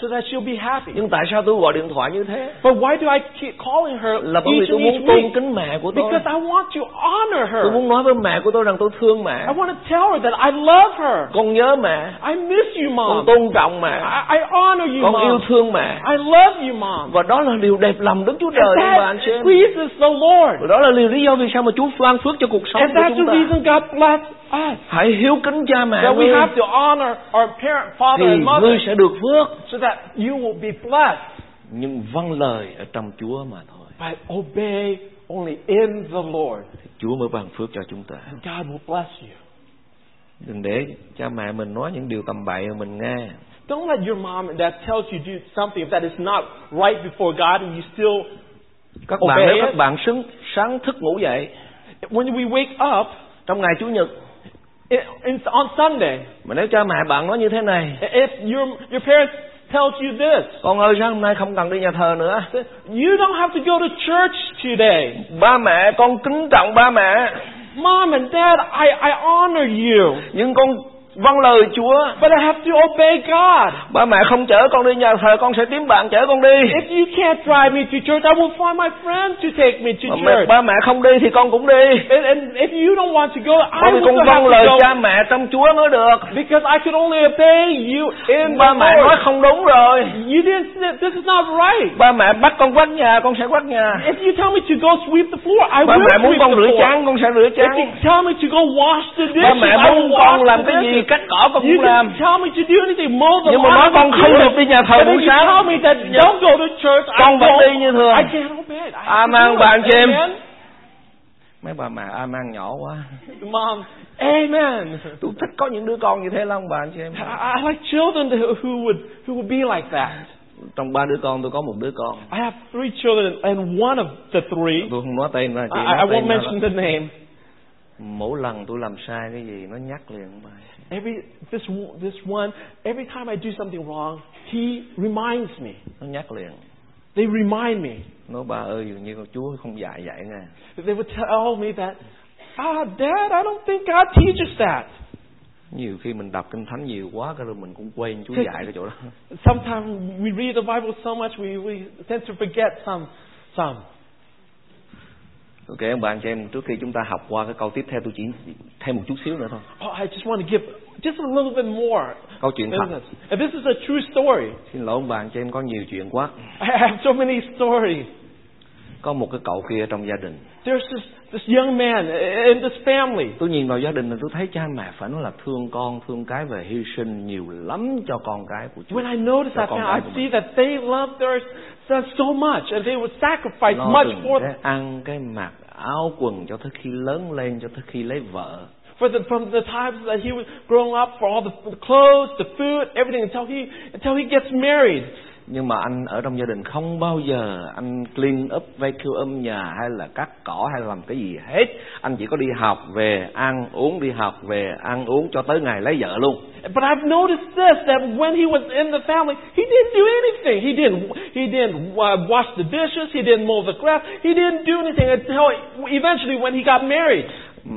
Speaker 2: so that she'll be happy.
Speaker 1: nhưng tại sao tôi gọi điện thoại như thế
Speaker 2: But why do I keep calling her
Speaker 1: là bởi
Speaker 2: each
Speaker 1: vì tôi
Speaker 2: and each
Speaker 1: muốn tôn
Speaker 2: week?
Speaker 1: kính mẹ của tôi
Speaker 2: Because I want to honor
Speaker 1: tôi
Speaker 2: her.
Speaker 1: muốn nói với mẹ của tôi rằng tôi thương mẹ
Speaker 2: I want to tell her that I love her.
Speaker 1: con nhớ mẹ
Speaker 2: I miss you,
Speaker 1: con
Speaker 2: mom.
Speaker 1: tôn trọng mẹ
Speaker 2: I, I honor you,
Speaker 1: con yêu
Speaker 2: mom.
Speaker 1: thương mẹ
Speaker 2: I love you, mom.
Speaker 1: và đó là điều đẹp lòng Đức Chúa Trời
Speaker 2: And
Speaker 1: đấy bà anh
Speaker 2: that
Speaker 1: chị em
Speaker 2: pleases the Lord.
Speaker 1: và đó là điều lý do vì sao mà Chúa ban phước cho cuộc sống
Speaker 2: And
Speaker 1: của
Speaker 2: that's
Speaker 1: chúng
Speaker 2: the
Speaker 1: ta
Speaker 2: reason God blessed us.
Speaker 1: hãy hiếu kính cha mẹ
Speaker 2: That we
Speaker 1: ngươi,
Speaker 2: have to honor our parent,
Speaker 1: thì
Speaker 2: father, and
Speaker 1: ngươi
Speaker 2: mother
Speaker 1: sẽ được phước
Speaker 2: so that you will be blessed
Speaker 1: nhưng vâng lời ở trong Chúa mà thôi
Speaker 2: by obey only in the Lord.
Speaker 1: Chúa mới ban phước cho chúng ta
Speaker 2: And God will bless you.
Speaker 1: đừng để cha mẹ mình nói những điều tầm bậy mà mình nghe
Speaker 2: Don't let your mom and dad tells you do something that is not right before God and you still
Speaker 1: các
Speaker 2: Obey
Speaker 1: bạn nếu
Speaker 2: it.
Speaker 1: các bạn sáng, sáng thức ngủ dậy
Speaker 2: when we wake up
Speaker 1: trong ngày Chủ nhật
Speaker 2: it, it's on Sunday
Speaker 1: mà nếu cha mẹ bạn nói như thế này
Speaker 2: if your your parents tells you this
Speaker 1: con ơi sáng hôm nay không cần đi nhà thờ nữa
Speaker 2: you don't have to go to church today
Speaker 1: ba mẹ con kính trọng ba mẹ
Speaker 2: Mom and Dad, I, I honor you,
Speaker 1: nhưng con vâng lời Chúa
Speaker 2: but I have to obey God.
Speaker 1: ba mẹ không chở con đi nhà thờ con sẽ kiếm bạn chở con đi
Speaker 2: If you can't drive me to church, I will find my friend to take me
Speaker 1: mà
Speaker 2: to
Speaker 1: mẹ,
Speaker 2: church.
Speaker 1: ba mẹ không đi thì con cũng đi
Speaker 2: And, and if you don't want to go,
Speaker 1: bởi vì
Speaker 2: I will
Speaker 1: con
Speaker 2: still have
Speaker 1: vâng lời
Speaker 2: to
Speaker 1: cha mẹ trong Chúa mới được
Speaker 2: go because I could only obey you in the
Speaker 1: ba mẹ nói
Speaker 2: Lord.
Speaker 1: không đúng rồi
Speaker 2: You didn't. say- This is not right.
Speaker 1: ba mẹ bắt con quét nhà con sẽ quét nhà
Speaker 2: If you tell me to go sweep the floor, I
Speaker 1: ba
Speaker 2: will
Speaker 1: mẹ muốn
Speaker 2: sweep
Speaker 1: con
Speaker 2: the
Speaker 1: rửa
Speaker 2: floor.
Speaker 1: chén con sẽ rửa
Speaker 2: If you
Speaker 1: chén
Speaker 2: tell me to go wash the dishes,
Speaker 1: ba mẹ
Speaker 2: I will
Speaker 1: muốn con
Speaker 2: wash
Speaker 1: làm cái
Speaker 2: the
Speaker 1: gì
Speaker 2: dishes.
Speaker 1: cắt cỏ con
Speaker 2: You
Speaker 1: cũng
Speaker 2: can
Speaker 1: làm
Speaker 2: tell me to do anything, mow the
Speaker 1: nhưng mà nói
Speaker 2: lawn,
Speaker 1: con
Speaker 2: I will
Speaker 1: không
Speaker 2: do
Speaker 1: được
Speaker 2: it.
Speaker 1: đi nhà thờ
Speaker 2: But then
Speaker 1: buổi
Speaker 2: you
Speaker 1: sáng
Speaker 2: tell me that don't go to church, I
Speaker 1: Con vẫn
Speaker 2: don't.
Speaker 1: đi như thường.
Speaker 2: I can't obey. I have
Speaker 1: Amen,
Speaker 2: to do
Speaker 1: bà anh
Speaker 2: it.
Speaker 1: chị em.
Speaker 2: Amen.
Speaker 1: mấy bà mẹ am ăn nhỏ quá
Speaker 2: Mom, amen.
Speaker 1: tôi thích có những đứa con như thế lắm bà anh chị em
Speaker 2: I, I like children who, who would who would be like that.
Speaker 1: trong ba đứa con tôi có một đứa con
Speaker 2: I have three children, and one of the three,
Speaker 1: tôi không nói tên ra
Speaker 2: I,
Speaker 1: chị
Speaker 2: I
Speaker 1: nói
Speaker 2: won't
Speaker 1: tên ra
Speaker 2: mention the name.
Speaker 1: mỗi lần tôi làm sai cái gì nó nhắc liền bà
Speaker 2: Every this w- this one, every time I do something wrong, he reminds me.
Speaker 1: nó nhắc liền
Speaker 2: They remind me.
Speaker 1: nó ba ơi dường như con Chúa không dạy vậy nè
Speaker 2: They would tell me that, ah, Dad, I don't think God teaches that.
Speaker 1: nhiều khi mình đọc kinh thánh nhiều quá cái rồi mình cũng quên Chúa
Speaker 2: Thế-
Speaker 1: dạy cái chỗ đó
Speaker 2: Sometimes we read the Bible so much we, we tend to forget some some.
Speaker 1: ok ông bạn cho em trước khi chúng ta học qua cái câu tiếp theo tôi chỉ thêm một chút xíu nữa thôi
Speaker 2: Oh, I just want to give just a little bit more.
Speaker 1: câu chuyện
Speaker 2: than
Speaker 1: thật
Speaker 2: this. And this is a true story.
Speaker 1: xin lỗi ông bạn cho em có nhiều chuyện quá
Speaker 2: I have so many stories.
Speaker 1: có một cái cậu kia trong gia đình
Speaker 2: There's this this young man in this family.
Speaker 1: tôi nhìn vào gia đình là tôi thấy cha mẹ phải nói là thương con thương cái và hy sinh nhiều lắm cho con cái của Chúa
Speaker 2: When I notice
Speaker 1: cho
Speaker 2: that,
Speaker 1: con
Speaker 2: man,
Speaker 1: cái của
Speaker 2: I see
Speaker 1: mình
Speaker 2: that they love their son so much, and they would sacrifice
Speaker 1: lo
Speaker 2: much
Speaker 1: từng
Speaker 2: for
Speaker 1: cái ăn cái mặc áo quần cho tới khi lớn lên cho tới khi lấy vợ
Speaker 2: for the from the times that he was growing up, for all the clothes, the food, everything until he until he gets married.
Speaker 1: nhưng mà anh ở trong gia đình không bao giờ anh clean up vacuum nhà hay là cắt cỏ hay làm cái gì hết anh chỉ có đi học về ăn uống đi học về ăn uống cho tới ngày lấy vợ luôn
Speaker 2: But I've noticed this that when he was in the family, he didn't do anything. He didn't he didn't uh, wash the dishes. He didn't mow the grass. He didn't do anything until eventually when he got married.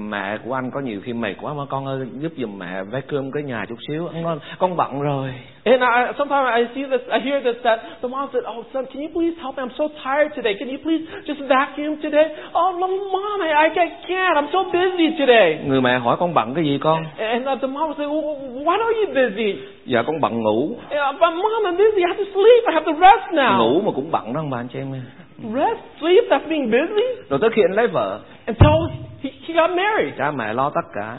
Speaker 1: mẹ của anh có nhiều khi mệt quá mà con ơi giúp giùm mẹ vé cơm cái nhà chút xíu anh nói con bận rồi
Speaker 2: And I, sometimes I see this, I hear this, that the mom said, oh, son, can you please help me? I'm so tired today. Can you please just vacuum today? Oh, no, mom, I, I can't. I'm so busy today.
Speaker 1: người mẹ hỏi con bận cái gì con
Speaker 2: And uh, the mom would say, well, why are you busy?
Speaker 1: dạ con bận ngủ
Speaker 2: Yeah, but mom, I'm busy. I have to sleep. I have to rest now.
Speaker 1: ngủ mà cũng bận đó ông bà anh chị em ơi.
Speaker 2: Rest, sleep, that's being busy.
Speaker 1: rồi tới khi anh lấy vợ
Speaker 2: Until he, he got married.
Speaker 1: cha mẹ lo tất cả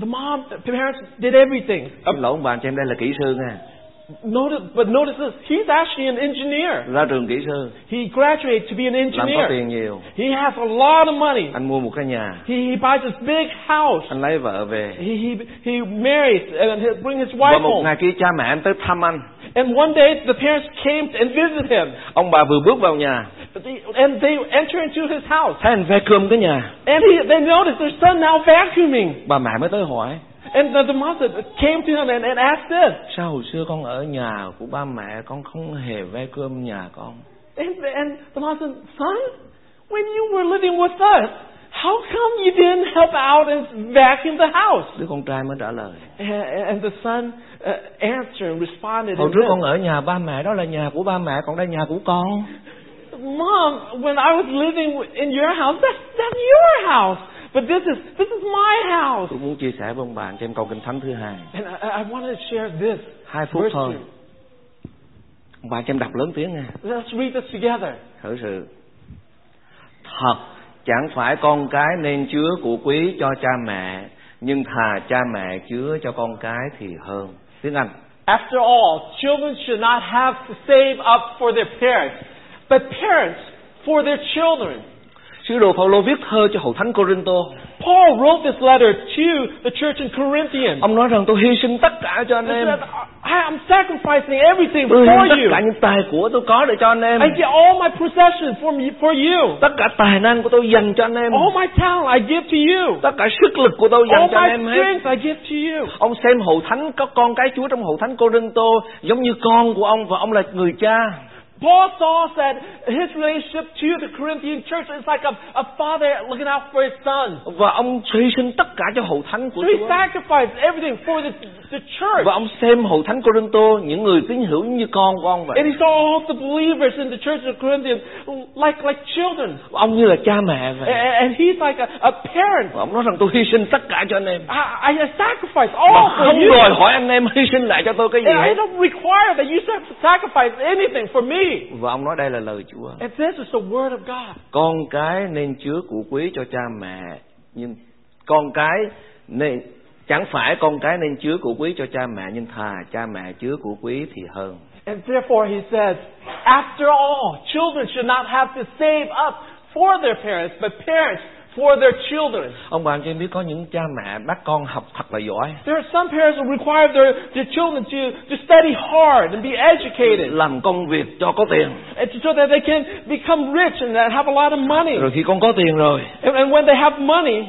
Speaker 2: The mom, the parents did everything.
Speaker 1: xin lỗi ông bà anh chị em đây là kỹ sư nha
Speaker 2: Notice, but notice this, he's actually an engineer.
Speaker 1: ra trường kỹ sư
Speaker 2: He graduated to be an
Speaker 1: làm có
Speaker 2: engineer.
Speaker 1: tiền nhiều
Speaker 2: He has a lot of money.
Speaker 1: anh mua một cái nhà
Speaker 2: He, he buys this big house.
Speaker 1: anh lấy vợ về
Speaker 2: He, he, he marries and he bring his
Speaker 1: và
Speaker 2: wife
Speaker 1: một
Speaker 2: home.
Speaker 1: ngày kia cha mẹ anh tới thăm anh
Speaker 2: And one day the parents came and visited him.
Speaker 1: ông bà vừa bước vào nhà
Speaker 2: But they- And they enter into his house.
Speaker 1: thấy anh ve cơm cái nhà
Speaker 2: And he, they noticed their son now vacuuming.
Speaker 1: bà mẹ mới tới hỏi
Speaker 2: And the, the mom said, came to him and, and asked this.
Speaker 1: sao hồi xưa con ở nhà của ba mẹ con không hề ve cơm nhà con
Speaker 2: And, and the mom said, son, when you were living with us, how come you didn't help out and vacuum the house?
Speaker 1: đứa con trai mới trả lời
Speaker 2: And, and the son uh, answered and responded.
Speaker 1: hồi
Speaker 2: in
Speaker 1: trước
Speaker 2: this.
Speaker 1: con ở nhà ba mẹ đó là nhà của ba mẹ còn đây nhà của con
Speaker 2: Mom, when I was living w- in your house, that's, that's your house. But this is, this is my house.
Speaker 1: tôi muốn chia sẻ với ông bà cho em câu kinh thánh thứ hai
Speaker 2: And I, I want to share this.
Speaker 1: hai phút
Speaker 2: verse
Speaker 1: thôi
Speaker 2: here.
Speaker 1: ông bà cho em đọc lớn tiếng nghe
Speaker 2: Let's read this together.
Speaker 1: thử sự thật chẳng phải con cái nên chứa của quý cho cha mẹ nhưng thà cha mẹ chứa cho con cái thì hơn tiếng anh
Speaker 2: After all, children should not have to save up for their parents, but parents for their children.
Speaker 1: sứ đồ Phaolô viết thơ cho hậu thánh Corinto
Speaker 2: Paul wrote this letter to the church in Corinthians.
Speaker 1: ông nói rằng tôi hy sinh tất cả cho anh
Speaker 2: He
Speaker 1: em
Speaker 2: said, I, I'm sacrificing everything
Speaker 1: tôi
Speaker 2: for
Speaker 1: hiến tất
Speaker 2: you.
Speaker 1: cả những tài của tôi có để cho anh em
Speaker 2: I get all my possessions for, me, for you.
Speaker 1: tất cả tài năng của tôi dành cho anh em
Speaker 2: All my talent I give to you.
Speaker 1: tất cả sức lực của tôi dành
Speaker 2: All
Speaker 1: cho
Speaker 2: Oh, my
Speaker 1: anh em hết
Speaker 2: strength I give to you.
Speaker 1: ông xem hậu thánh có con cái chúa trong hậu thánh Corinto giống như con của ông và ông là người cha
Speaker 2: Paul saw that his relationship to the Corinthian church is like a, a father looking out for his son.
Speaker 1: và ông hy sinh tất cả cho hậu thánh
Speaker 2: So
Speaker 1: của
Speaker 2: he
Speaker 1: Chúa
Speaker 2: sacrificed everything for the, the church.
Speaker 1: và ông xem hậu thánh Corinto những người tín hữu như con của ông vậy
Speaker 2: And he saw all the believers in the church of Corinthians like, like children.
Speaker 1: ông như là cha mẹ
Speaker 2: And,
Speaker 1: vậy
Speaker 2: and he's like a, a parent.
Speaker 1: và ông nói rằng tôi hy sinh tất cả cho anh em
Speaker 2: I, I sacrifice
Speaker 1: mà
Speaker 2: all Oh, for
Speaker 1: không
Speaker 2: you.
Speaker 1: đòi hỏi anh em hy sinh lại cho tôi cái gì
Speaker 2: And I
Speaker 1: hết
Speaker 2: don't require that you sac- sacrifice anything for me.
Speaker 1: và ông nói đây là lời Chúa
Speaker 2: And this is the word of God.
Speaker 1: con cái nên chứa của quý cho cha mẹ nhưng con cái nên chẳng phải con cái nên chứa của quý cho cha mẹ nhưng thà cha mẹ chứa của quý thì hơn
Speaker 2: And therefore he says, after all, children should not have to save up for their parents, but parents for their children.
Speaker 1: ông bà anh chị em biết có những cha mẹ bắt con học thật là giỏi
Speaker 2: There are some parents who require their, their children to, to study hard and be educated
Speaker 1: làm công việc cho có tiền
Speaker 2: and to- so that they can become rich and that have a lot of money.
Speaker 1: rồi khi con có tiền rồi
Speaker 2: And, and when they have money,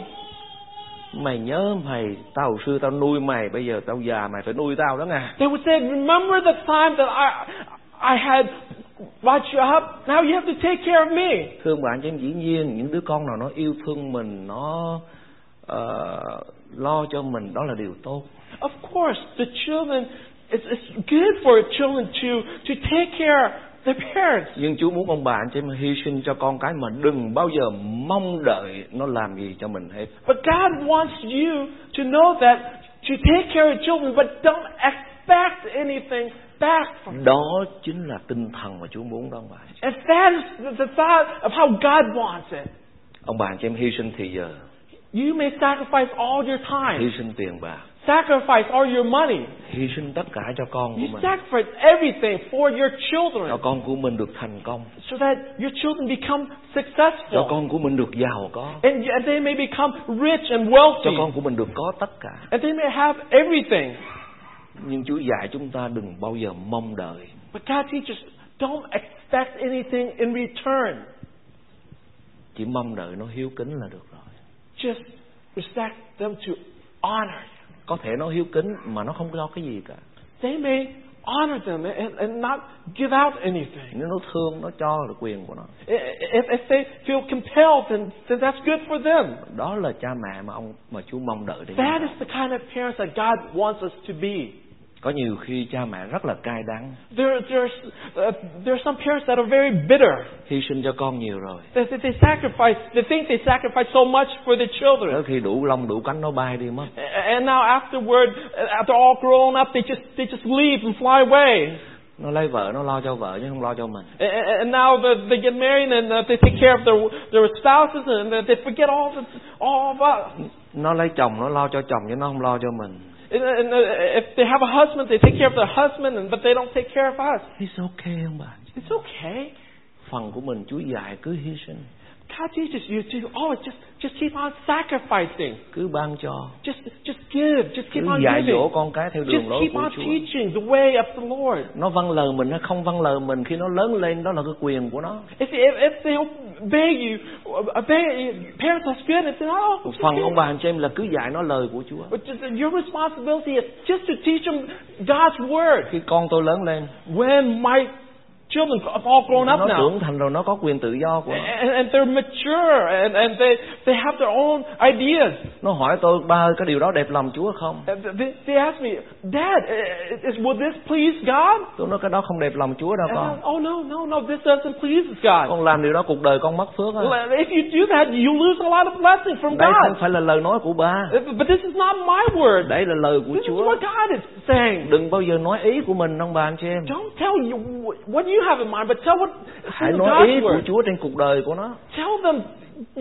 Speaker 1: mày nhớ mày tao hồi xưa tao nuôi mày bây giờ tao già mày phải nuôi tao đó nè
Speaker 2: they would say, remember the time that I, I had brought you up, now you have to take care of me.
Speaker 1: thưa ông bà anh chị em dĩ nhiên những đứa con nào nó yêu thương mình nó ờ, lo cho mình đó là điều tốt
Speaker 2: Of course, the children, it's, it's good for children to, to take care of their parents.
Speaker 1: nhưng Chúa muốn ông bà anh chị em hy sinh cho con cái mà đừng bao giờ mong đợi nó làm gì cho mình hết
Speaker 2: But God wants you to know that to take care of children, but don't expect anything back from them.
Speaker 1: đó chính là tinh thần mà Chúa muốn đó ông bà
Speaker 2: And that is the, the thought of how God wants it.
Speaker 1: ông bà anh chị em hy sinh thì giờ
Speaker 2: You may sacrifice all your
Speaker 1: hy
Speaker 2: time,
Speaker 1: sinh tiền bạc
Speaker 2: sacrifice all your money.
Speaker 1: hy sinh tất cả cho con
Speaker 2: You
Speaker 1: của mình
Speaker 2: sacrifice everything for your
Speaker 1: cho
Speaker 2: children
Speaker 1: con của mình được thành công
Speaker 2: so that your children become
Speaker 1: cho
Speaker 2: successful
Speaker 1: con của mình được giàu có
Speaker 2: and, and they may become rich and
Speaker 1: cho
Speaker 2: wealthy.
Speaker 1: con của mình được có tất cả
Speaker 2: And they may have everything.
Speaker 1: nhưng Chúa dạy chúng ta đừng bao giờ mong đợi
Speaker 2: But God teaches, don't expect anything in return.
Speaker 1: chỉ mong đợi nó hiếu kính là được rồi
Speaker 2: Just respect them to honor.
Speaker 1: có thể nó hiếu kính mà nó không lo cái gì cả
Speaker 2: They may honor them and, and not give out anything.
Speaker 1: nếu nó thương nó cho là quyền của nó
Speaker 2: I- If, if they feel compelled, then, then that's good for them.
Speaker 1: đó là cha mẹ mà ông mà Chúa mong đợi để
Speaker 2: That is the kind of parents that God wants us to be.
Speaker 1: có nhiều khi cha mẹ rất là cay đắng
Speaker 2: There, there's, uh, there are some parents that are very bitter.
Speaker 1: hy sinh cho con nhiều rồi
Speaker 2: They, they, they sacrifice, they think they sacrifice so much for their children.
Speaker 1: tới khi đủ lông đủ cánh nó bay đi mất
Speaker 2: A- And now afterward, uh, after all grown up, they just, they just leave and fly away.
Speaker 1: nó lấy vợ nó lo cho vợ chứ không lo cho mình
Speaker 2: A- a- And now the- they get married and uh, they take care of their, their spouses and uh, they they forget all, the, all of us.
Speaker 1: nó lấy chồng nó lo cho chồng chứ nó không lo cho mình
Speaker 2: And, and, uh, if they have a husband, they take care of their husband, and, but they don't take care of us.
Speaker 1: it's okay ông bà
Speaker 2: It's okay.
Speaker 1: phần của mình Chúa dạy cứ hy sinh
Speaker 2: God teaches you to always just, just keep on sacrificing.
Speaker 1: cứ ban cho
Speaker 2: Just, just give. Just
Speaker 1: cứ
Speaker 2: keep on
Speaker 1: dạy dỗ
Speaker 2: giving.
Speaker 1: con cái theo
Speaker 2: Just
Speaker 1: đường lối
Speaker 2: keep
Speaker 1: của
Speaker 2: on
Speaker 1: Chúa
Speaker 2: teaching the way of the Lord.
Speaker 1: nó vâng lời mình hay không vâng lời mình khi nó lớn lên đó là cái quyền của nó
Speaker 2: If, if, if they obey you, uh, obey, parents are good, and say, oh, it's
Speaker 1: phần
Speaker 2: okay.
Speaker 1: ông bà anh chị em là cứ dạy nó lời của Chúa
Speaker 2: But just- your responsibility is just to teach them God's word.
Speaker 1: khi con tôi lớn lên
Speaker 2: When my children have all grown up
Speaker 1: nó
Speaker 2: now,
Speaker 1: trưởng thành rồi nó có quyền tự do của nó
Speaker 2: and, and they're mature, and, and they, they have their own ideas,
Speaker 1: nó hỏi tôi ba ơi cái điều đó đẹp lòng Chúa không
Speaker 2: and they, they ask me, Dad, eh, is, will this please God?
Speaker 1: tôi nói cái đó không đẹp lòng Chúa đâu
Speaker 2: And I'm,
Speaker 1: con
Speaker 2: oh, no, no, no, this doesn't please God.
Speaker 1: con làm điều đó cuộc đời con mất phước á
Speaker 2: Well, If you do that, you lose a lot of blessing from
Speaker 1: đây không
Speaker 2: God.
Speaker 1: phải là lời nói của ba
Speaker 2: Eh, But this is not my word.
Speaker 1: đây là lời của
Speaker 2: This is
Speaker 1: Chúa
Speaker 2: what God is saying.
Speaker 1: đừng bao giờ nói ý của mình ông bà anh chị em
Speaker 2: Don't tell you wh- what you have in mind, but tell what
Speaker 1: hãy
Speaker 2: is in
Speaker 1: nói ý
Speaker 2: God's
Speaker 1: của
Speaker 2: word.
Speaker 1: Chúa trên cuộc đời của nó
Speaker 2: Tell them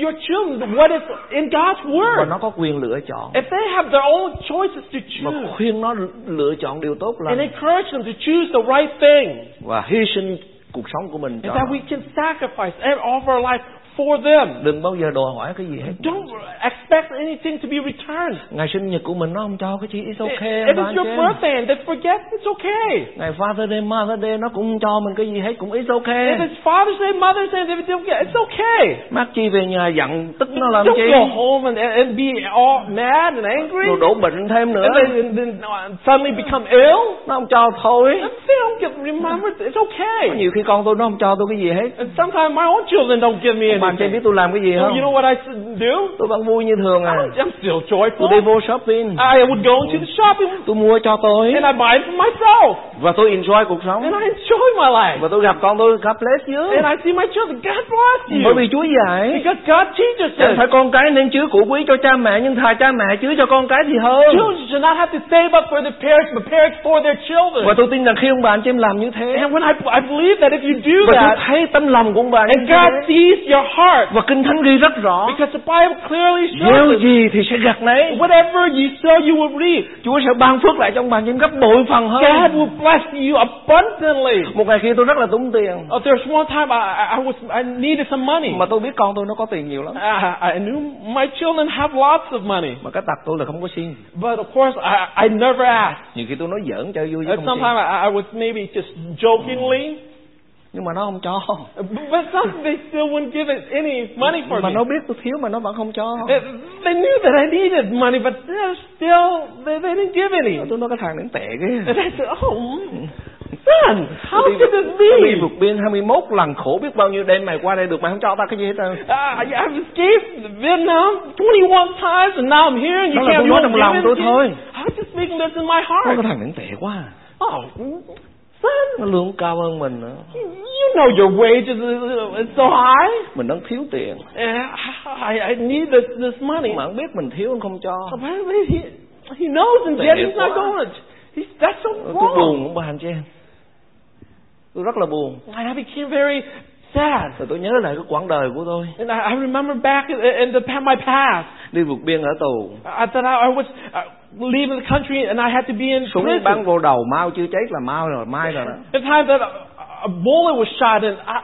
Speaker 2: your children what is in God's
Speaker 1: và
Speaker 2: word.
Speaker 1: nó có quyền lựa chọn
Speaker 2: If they have their own choices to
Speaker 1: mà
Speaker 2: choose,
Speaker 1: khuyên nó lựa chọn điều tốt
Speaker 2: and
Speaker 1: lành
Speaker 2: encourage them to choose the right thing,
Speaker 1: và hy sinh cuộc sống của mình
Speaker 2: and
Speaker 1: cho
Speaker 2: that
Speaker 1: nó.
Speaker 2: we can sacrifice ev- all of our life for them.
Speaker 1: đừng bao giờ đòi hỏi cái gì hết
Speaker 2: Don't expect anything to be returned.
Speaker 1: ngày sinh nhật của mình nó không cho cái chi it's okay
Speaker 2: if
Speaker 1: bà
Speaker 2: it's
Speaker 1: anh
Speaker 2: your
Speaker 1: chị em.
Speaker 2: birthday and they forget, it's okay.
Speaker 1: ngày Father Day Mother Day nó cũng không cho mình cái gì hết cũng it's
Speaker 2: If
Speaker 1: okay
Speaker 2: it's Father's Day, Mother's Day, they don't get, it's okay.
Speaker 1: mắc chi về nhà giận tức nó làm
Speaker 2: Don't
Speaker 1: chi
Speaker 2: go home and, and be all mad and angry.
Speaker 1: rồi đổ bệnh thêm nữa
Speaker 2: And then, and then uh, suddenly become ill?
Speaker 1: nó không cho thôi
Speaker 2: If they don't get remembered, it's
Speaker 1: Có
Speaker 2: okay.
Speaker 1: nhiều khi con tôi nó không cho tôi cái gì hết
Speaker 2: And sometimes my own children don't give me
Speaker 1: mà anh chị biết
Speaker 2: anything.
Speaker 1: tôi làm cái gì
Speaker 2: So
Speaker 1: không
Speaker 2: you know what I s- do?
Speaker 1: tôi vẫn vui như thường
Speaker 2: I
Speaker 1: à
Speaker 2: don't- I'm still
Speaker 1: tôi
Speaker 2: joyful.
Speaker 1: đi vô shopping
Speaker 2: I would go into the shopping
Speaker 1: tôi mua cho tôi
Speaker 2: and I buy it for myself.
Speaker 1: và tôi enjoy cuộc sống
Speaker 2: And I enjoy my life.
Speaker 1: và tôi gặp con tôi God bless you
Speaker 2: And I see my children. God
Speaker 1: bởi
Speaker 2: bless you.
Speaker 1: vì Chúa dạy
Speaker 2: Because God teaches
Speaker 1: chẳng phải
Speaker 2: us.
Speaker 1: con cái nên chứa của quý cho cha mẹ nhưng thà cha mẹ chứa cho con cái thì hơn
Speaker 2: Children should not have to save up for their parents, but parents for their
Speaker 1: và
Speaker 2: children.
Speaker 1: tôi tin rằng khi ông bà anh chị em làm như thế
Speaker 2: And when I, I believe that if you do
Speaker 1: và tôi
Speaker 2: that,
Speaker 1: thấy tâm lòng của ông bà anh
Speaker 2: and
Speaker 1: chị
Speaker 2: God
Speaker 1: em
Speaker 2: sees your heart,
Speaker 1: và kinh thánh ghi rất rõ
Speaker 2: because the Bible clearly shows
Speaker 1: gieo gì thì sẽ gặt nấy
Speaker 2: Whatever you sow, you will reap.
Speaker 1: Chúa sẽ ban phước lại cho ông bà anh chị em gấp bội phần
Speaker 2: God
Speaker 1: hơn
Speaker 2: will bless you abundantly.
Speaker 1: một ngày kia tôi rất là túng tiền
Speaker 2: Oh, there's one time I, I was I needed some money.
Speaker 1: mà tôi biết con tôi nó có tiền nhiều lắm
Speaker 2: Ah, I, I knew my children have lots of money,
Speaker 1: mà cái tật tôi là không có xin
Speaker 2: but of course I, I never asked.
Speaker 1: nhiều khi tôi nói giỡn chơi vui chứ
Speaker 2: And
Speaker 1: không xin
Speaker 2: sometimes I, I was maybe just jokingly,
Speaker 1: nhưng mà nó không cho
Speaker 2: but, but some they still wouldn't give it any money
Speaker 1: mà
Speaker 2: for me.
Speaker 1: nó biết tôi thiếu mà nó vẫn không cho
Speaker 2: They, they knew that I needed money, but they're still they, they didn't give any.
Speaker 1: tôi nói cái thằng đến tệ cái
Speaker 2: And I said, oh, son, how
Speaker 1: Tôi đi-
Speaker 2: could this
Speaker 1: tôi đi
Speaker 2: be?
Speaker 1: vượt biên 21 lần khổ biết bao nhiêu đêm mày qua đây được mày không cho tao cái gì hết trơn
Speaker 2: Uh, I've escaped Vietnam 21 times and now I'm here and you
Speaker 1: Đó là
Speaker 2: can't
Speaker 1: tôi
Speaker 2: you
Speaker 1: nói
Speaker 2: won't
Speaker 1: trong lòng
Speaker 2: give in
Speaker 1: tôi
Speaker 2: to-
Speaker 1: thôi.
Speaker 2: I'm just speaking this in my
Speaker 1: Nói cái
Speaker 2: heart.
Speaker 1: thằng đến tệ quá à.
Speaker 2: Oh, son,
Speaker 1: nó lương cao hơn mình nữa
Speaker 2: you know your wages is, is so high.
Speaker 1: mình đang thiếu tiền
Speaker 2: And I, I need this, this money.
Speaker 1: mà không biết mình thiếu nó không cho
Speaker 2: But he, he knows and yet he's not
Speaker 1: Thiệt quá.
Speaker 2: going. He's, that's so
Speaker 1: tôi
Speaker 2: wrong.
Speaker 1: Ờ, buồn ông bà anh chị em tôi rất là buồn
Speaker 2: And I became very sad.
Speaker 1: rồi tôi nhớ lại cái quãng đời của tôi
Speaker 2: And I, I remember back in, in the, pa- my past,
Speaker 1: đi vượt biên ở tù
Speaker 2: I thought I, I was uh, leaving the country and I had to be in
Speaker 1: súng
Speaker 2: prison.
Speaker 1: bắn vô đầu mau chưa chết là mau rồi mai rồi đó
Speaker 2: The time that a, a bullet was shot and I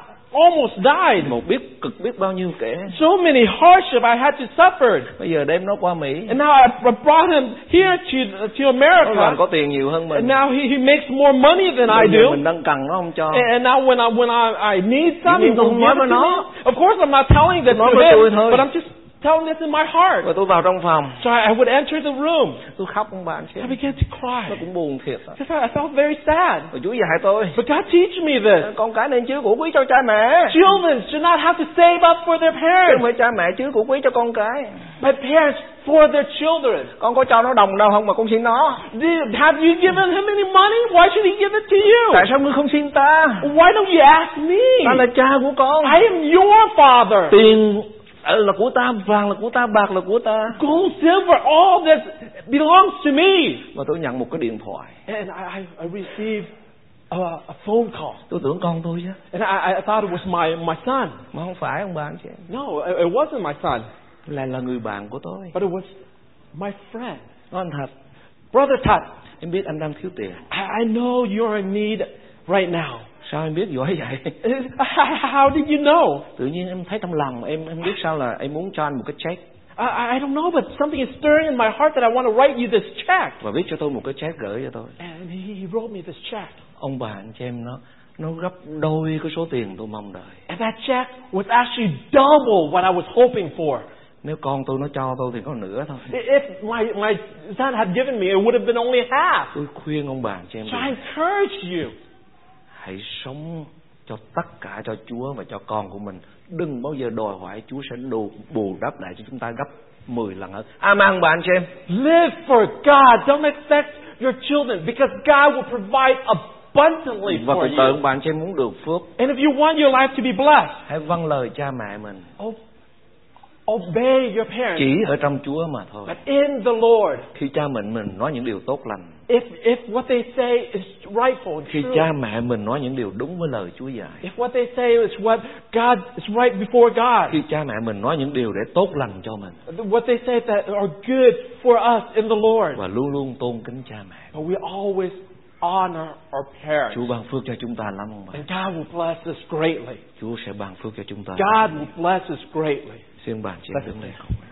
Speaker 2: almost died.
Speaker 1: một biết cực biết bao nhiêu kẻ
Speaker 2: So many hardship I had to suffer.
Speaker 1: bây giờ đem nó qua Mỹ
Speaker 2: And now I I brought him here to, to
Speaker 1: nó làm
Speaker 2: America.
Speaker 1: có tiền nhiều hơn
Speaker 2: And
Speaker 1: mình
Speaker 2: now he, he makes more money than I
Speaker 1: bây giờ mình
Speaker 2: do.
Speaker 1: đang cần nó không cho
Speaker 2: And, and now when I, when I, I need
Speaker 1: Dĩ nhiên
Speaker 2: something,
Speaker 1: tôi
Speaker 2: he'll
Speaker 1: không nói
Speaker 2: give
Speaker 1: với
Speaker 2: it to
Speaker 1: nó.
Speaker 2: me. Of course I'm not telling that to
Speaker 1: Nói với tôi
Speaker 2: him,
Speaker 1: thôi.
Speaker 2: but I'm just telling this in my heart.
Speaker 1: Rồi tôi vào trong phòng,
Speaker 2: So I I would enter the room.
Speaker 1: tôi khóc ông bà anh chị.
Speaker 2: I began to
Speaker 1: Nó
Speaker 2: cry
Speaker 1: cũng buồn thiệt. à.
Speaker 2: because I I felt very sad.
Speaker 1: Rồi Chúa dạy tôi,
Speaker 2: But God teach me this.
Speaker 1: con cái nên chứa của quý cho cha mẹ.
Speaker 2: Children should not have to save up for their
Speaker 1: Chứ không
Speaker 2: parents,
Speaker 1: phải cha mẹ chứa của quý cho con cái.
Speaker 2: but parents for their children.
Speaker 1: Con có cho nó đồng đâu không mà con xin nó.
Speaker 2: Did- Have you given him any money? Why should he give it to
Speaker 1: Tại
Speaker 2: you?
Speaker 1: sao ngươi không xin ta?
Speaker 2: Why don't you ask
Speaker 1: Ta là
Speaker 2: me?
Speaker 1: cha của con.
Speaker 2: I am your father.
Speaker 1: Tiền ờ, là của ta, vàng là của ta, bạc là của ta.
Speaker 2: Gold, silver, all this belongs to me.
Speaker 1: Và tôi nhận một cái điện thoại.
Speaker 2: And I, I I received a, a phone call,
Speaker 1: Tôi tưởng con tôi chứ.
Speaker 2: and I, I thought it was my, my son.
Speaker 1: Mà không phải ông bà anh chị.
Speaker 2: No, it, it wasn't my son,
Speaker 1: Là là người bạn của tôi.
Speaker 2: but it was my friend.
Speaker 1: Nói anh thật,
Speaker 2: Brother Todd,
Speaker 1: em biết anh đang thiếu tiền.
Speaker 2: I, I know you're in need right now.
Speaker 1: Sao em biết giỏi vậy?
Speaker 2: How did you know?
Speaker 1: Tự nhiên em thấy trong lòng em em biết sao là em muốn cho anh một cái check
Speaker 2: I- I, I don't know, but something is stirring in my heart that I want to write you this check.
Speaker 1: và viết cho tôi một cái check gửi cho tôi.
Speaker 2: And he, he wrote me this check.
Speaker 1: Ông bà anh chị em nó nó gấp đôi cái số tiền tôi mong đợi.
Speaker 2: And that check was actually double what I was hoping for.
Speaker 1: Nếu con tôi nó cho tôi thì có nửa thôi.
Speaker 2: I- If my, my son had given me, it would have been only half.
Speaker 1: Tôi khuyên ông bà anh chị em
Speaker 2: So I
Speaker 1: đừng-
Speaker 2: encourage you
Speaker 1: hãy sống cho tất cả cho Chúa và cho con của mình. Đừng bao giờ đòi hỏi Chúa sẽ đủ bù đắp lại cho chúng ta gấp 10 lần hơn. Amen ông bà anh chị em.
Speaker 2: live for God. Don't expect your children because God will provide abundantly
Speaker 1: Và
Speaker 2: for
Speaker 1: tôi tự
Speaker 2: you.
Speaker 1: ông bà anh chị em muốn được phước,
Speaker 2: And if you want your life to be blessed,
Speaker 1: hãy vâng lời cha mẹ mình,
Speaker 2: o- obey your parents.
Speaker 1: chỉ ở trong Chúa mà thôi.
Speaker 2: But in the Lord,
Speaker 1: Khi cha mình mình nói những điều tốt lành,
Speaker 2: if if what they say is rightful and
Speaker 1: khi
Speaker 2: true,
Speaker 1: cha mẹ mình nói những điều đúng với lời Chúa dạy,
Speaker 2: if what they say is what God is right before God,
Speaker 1: khi cha mẹ mình nói những điều để tốt lành cho mình
Speaker 2: what they say that are good for us in the Lord,
Speaker 1: và luôn luôn tôn kính cha mẹ.
Speaker 2: but we always honor our parents.
Speaker 1: Chúa ban phước cho chúng ta lắm không bạn?
Speaker 2: And God will bless us greatly.
Speaker 1: Chúa sẽ ban phước cho chúng ta.
Speaker 2: God will bless us greatly.
Speaker 1: Xin bạn chị
Speaker 2: Bless
Speaker 1: đứng
Speaker 2: us.
Speaker 1: đây không?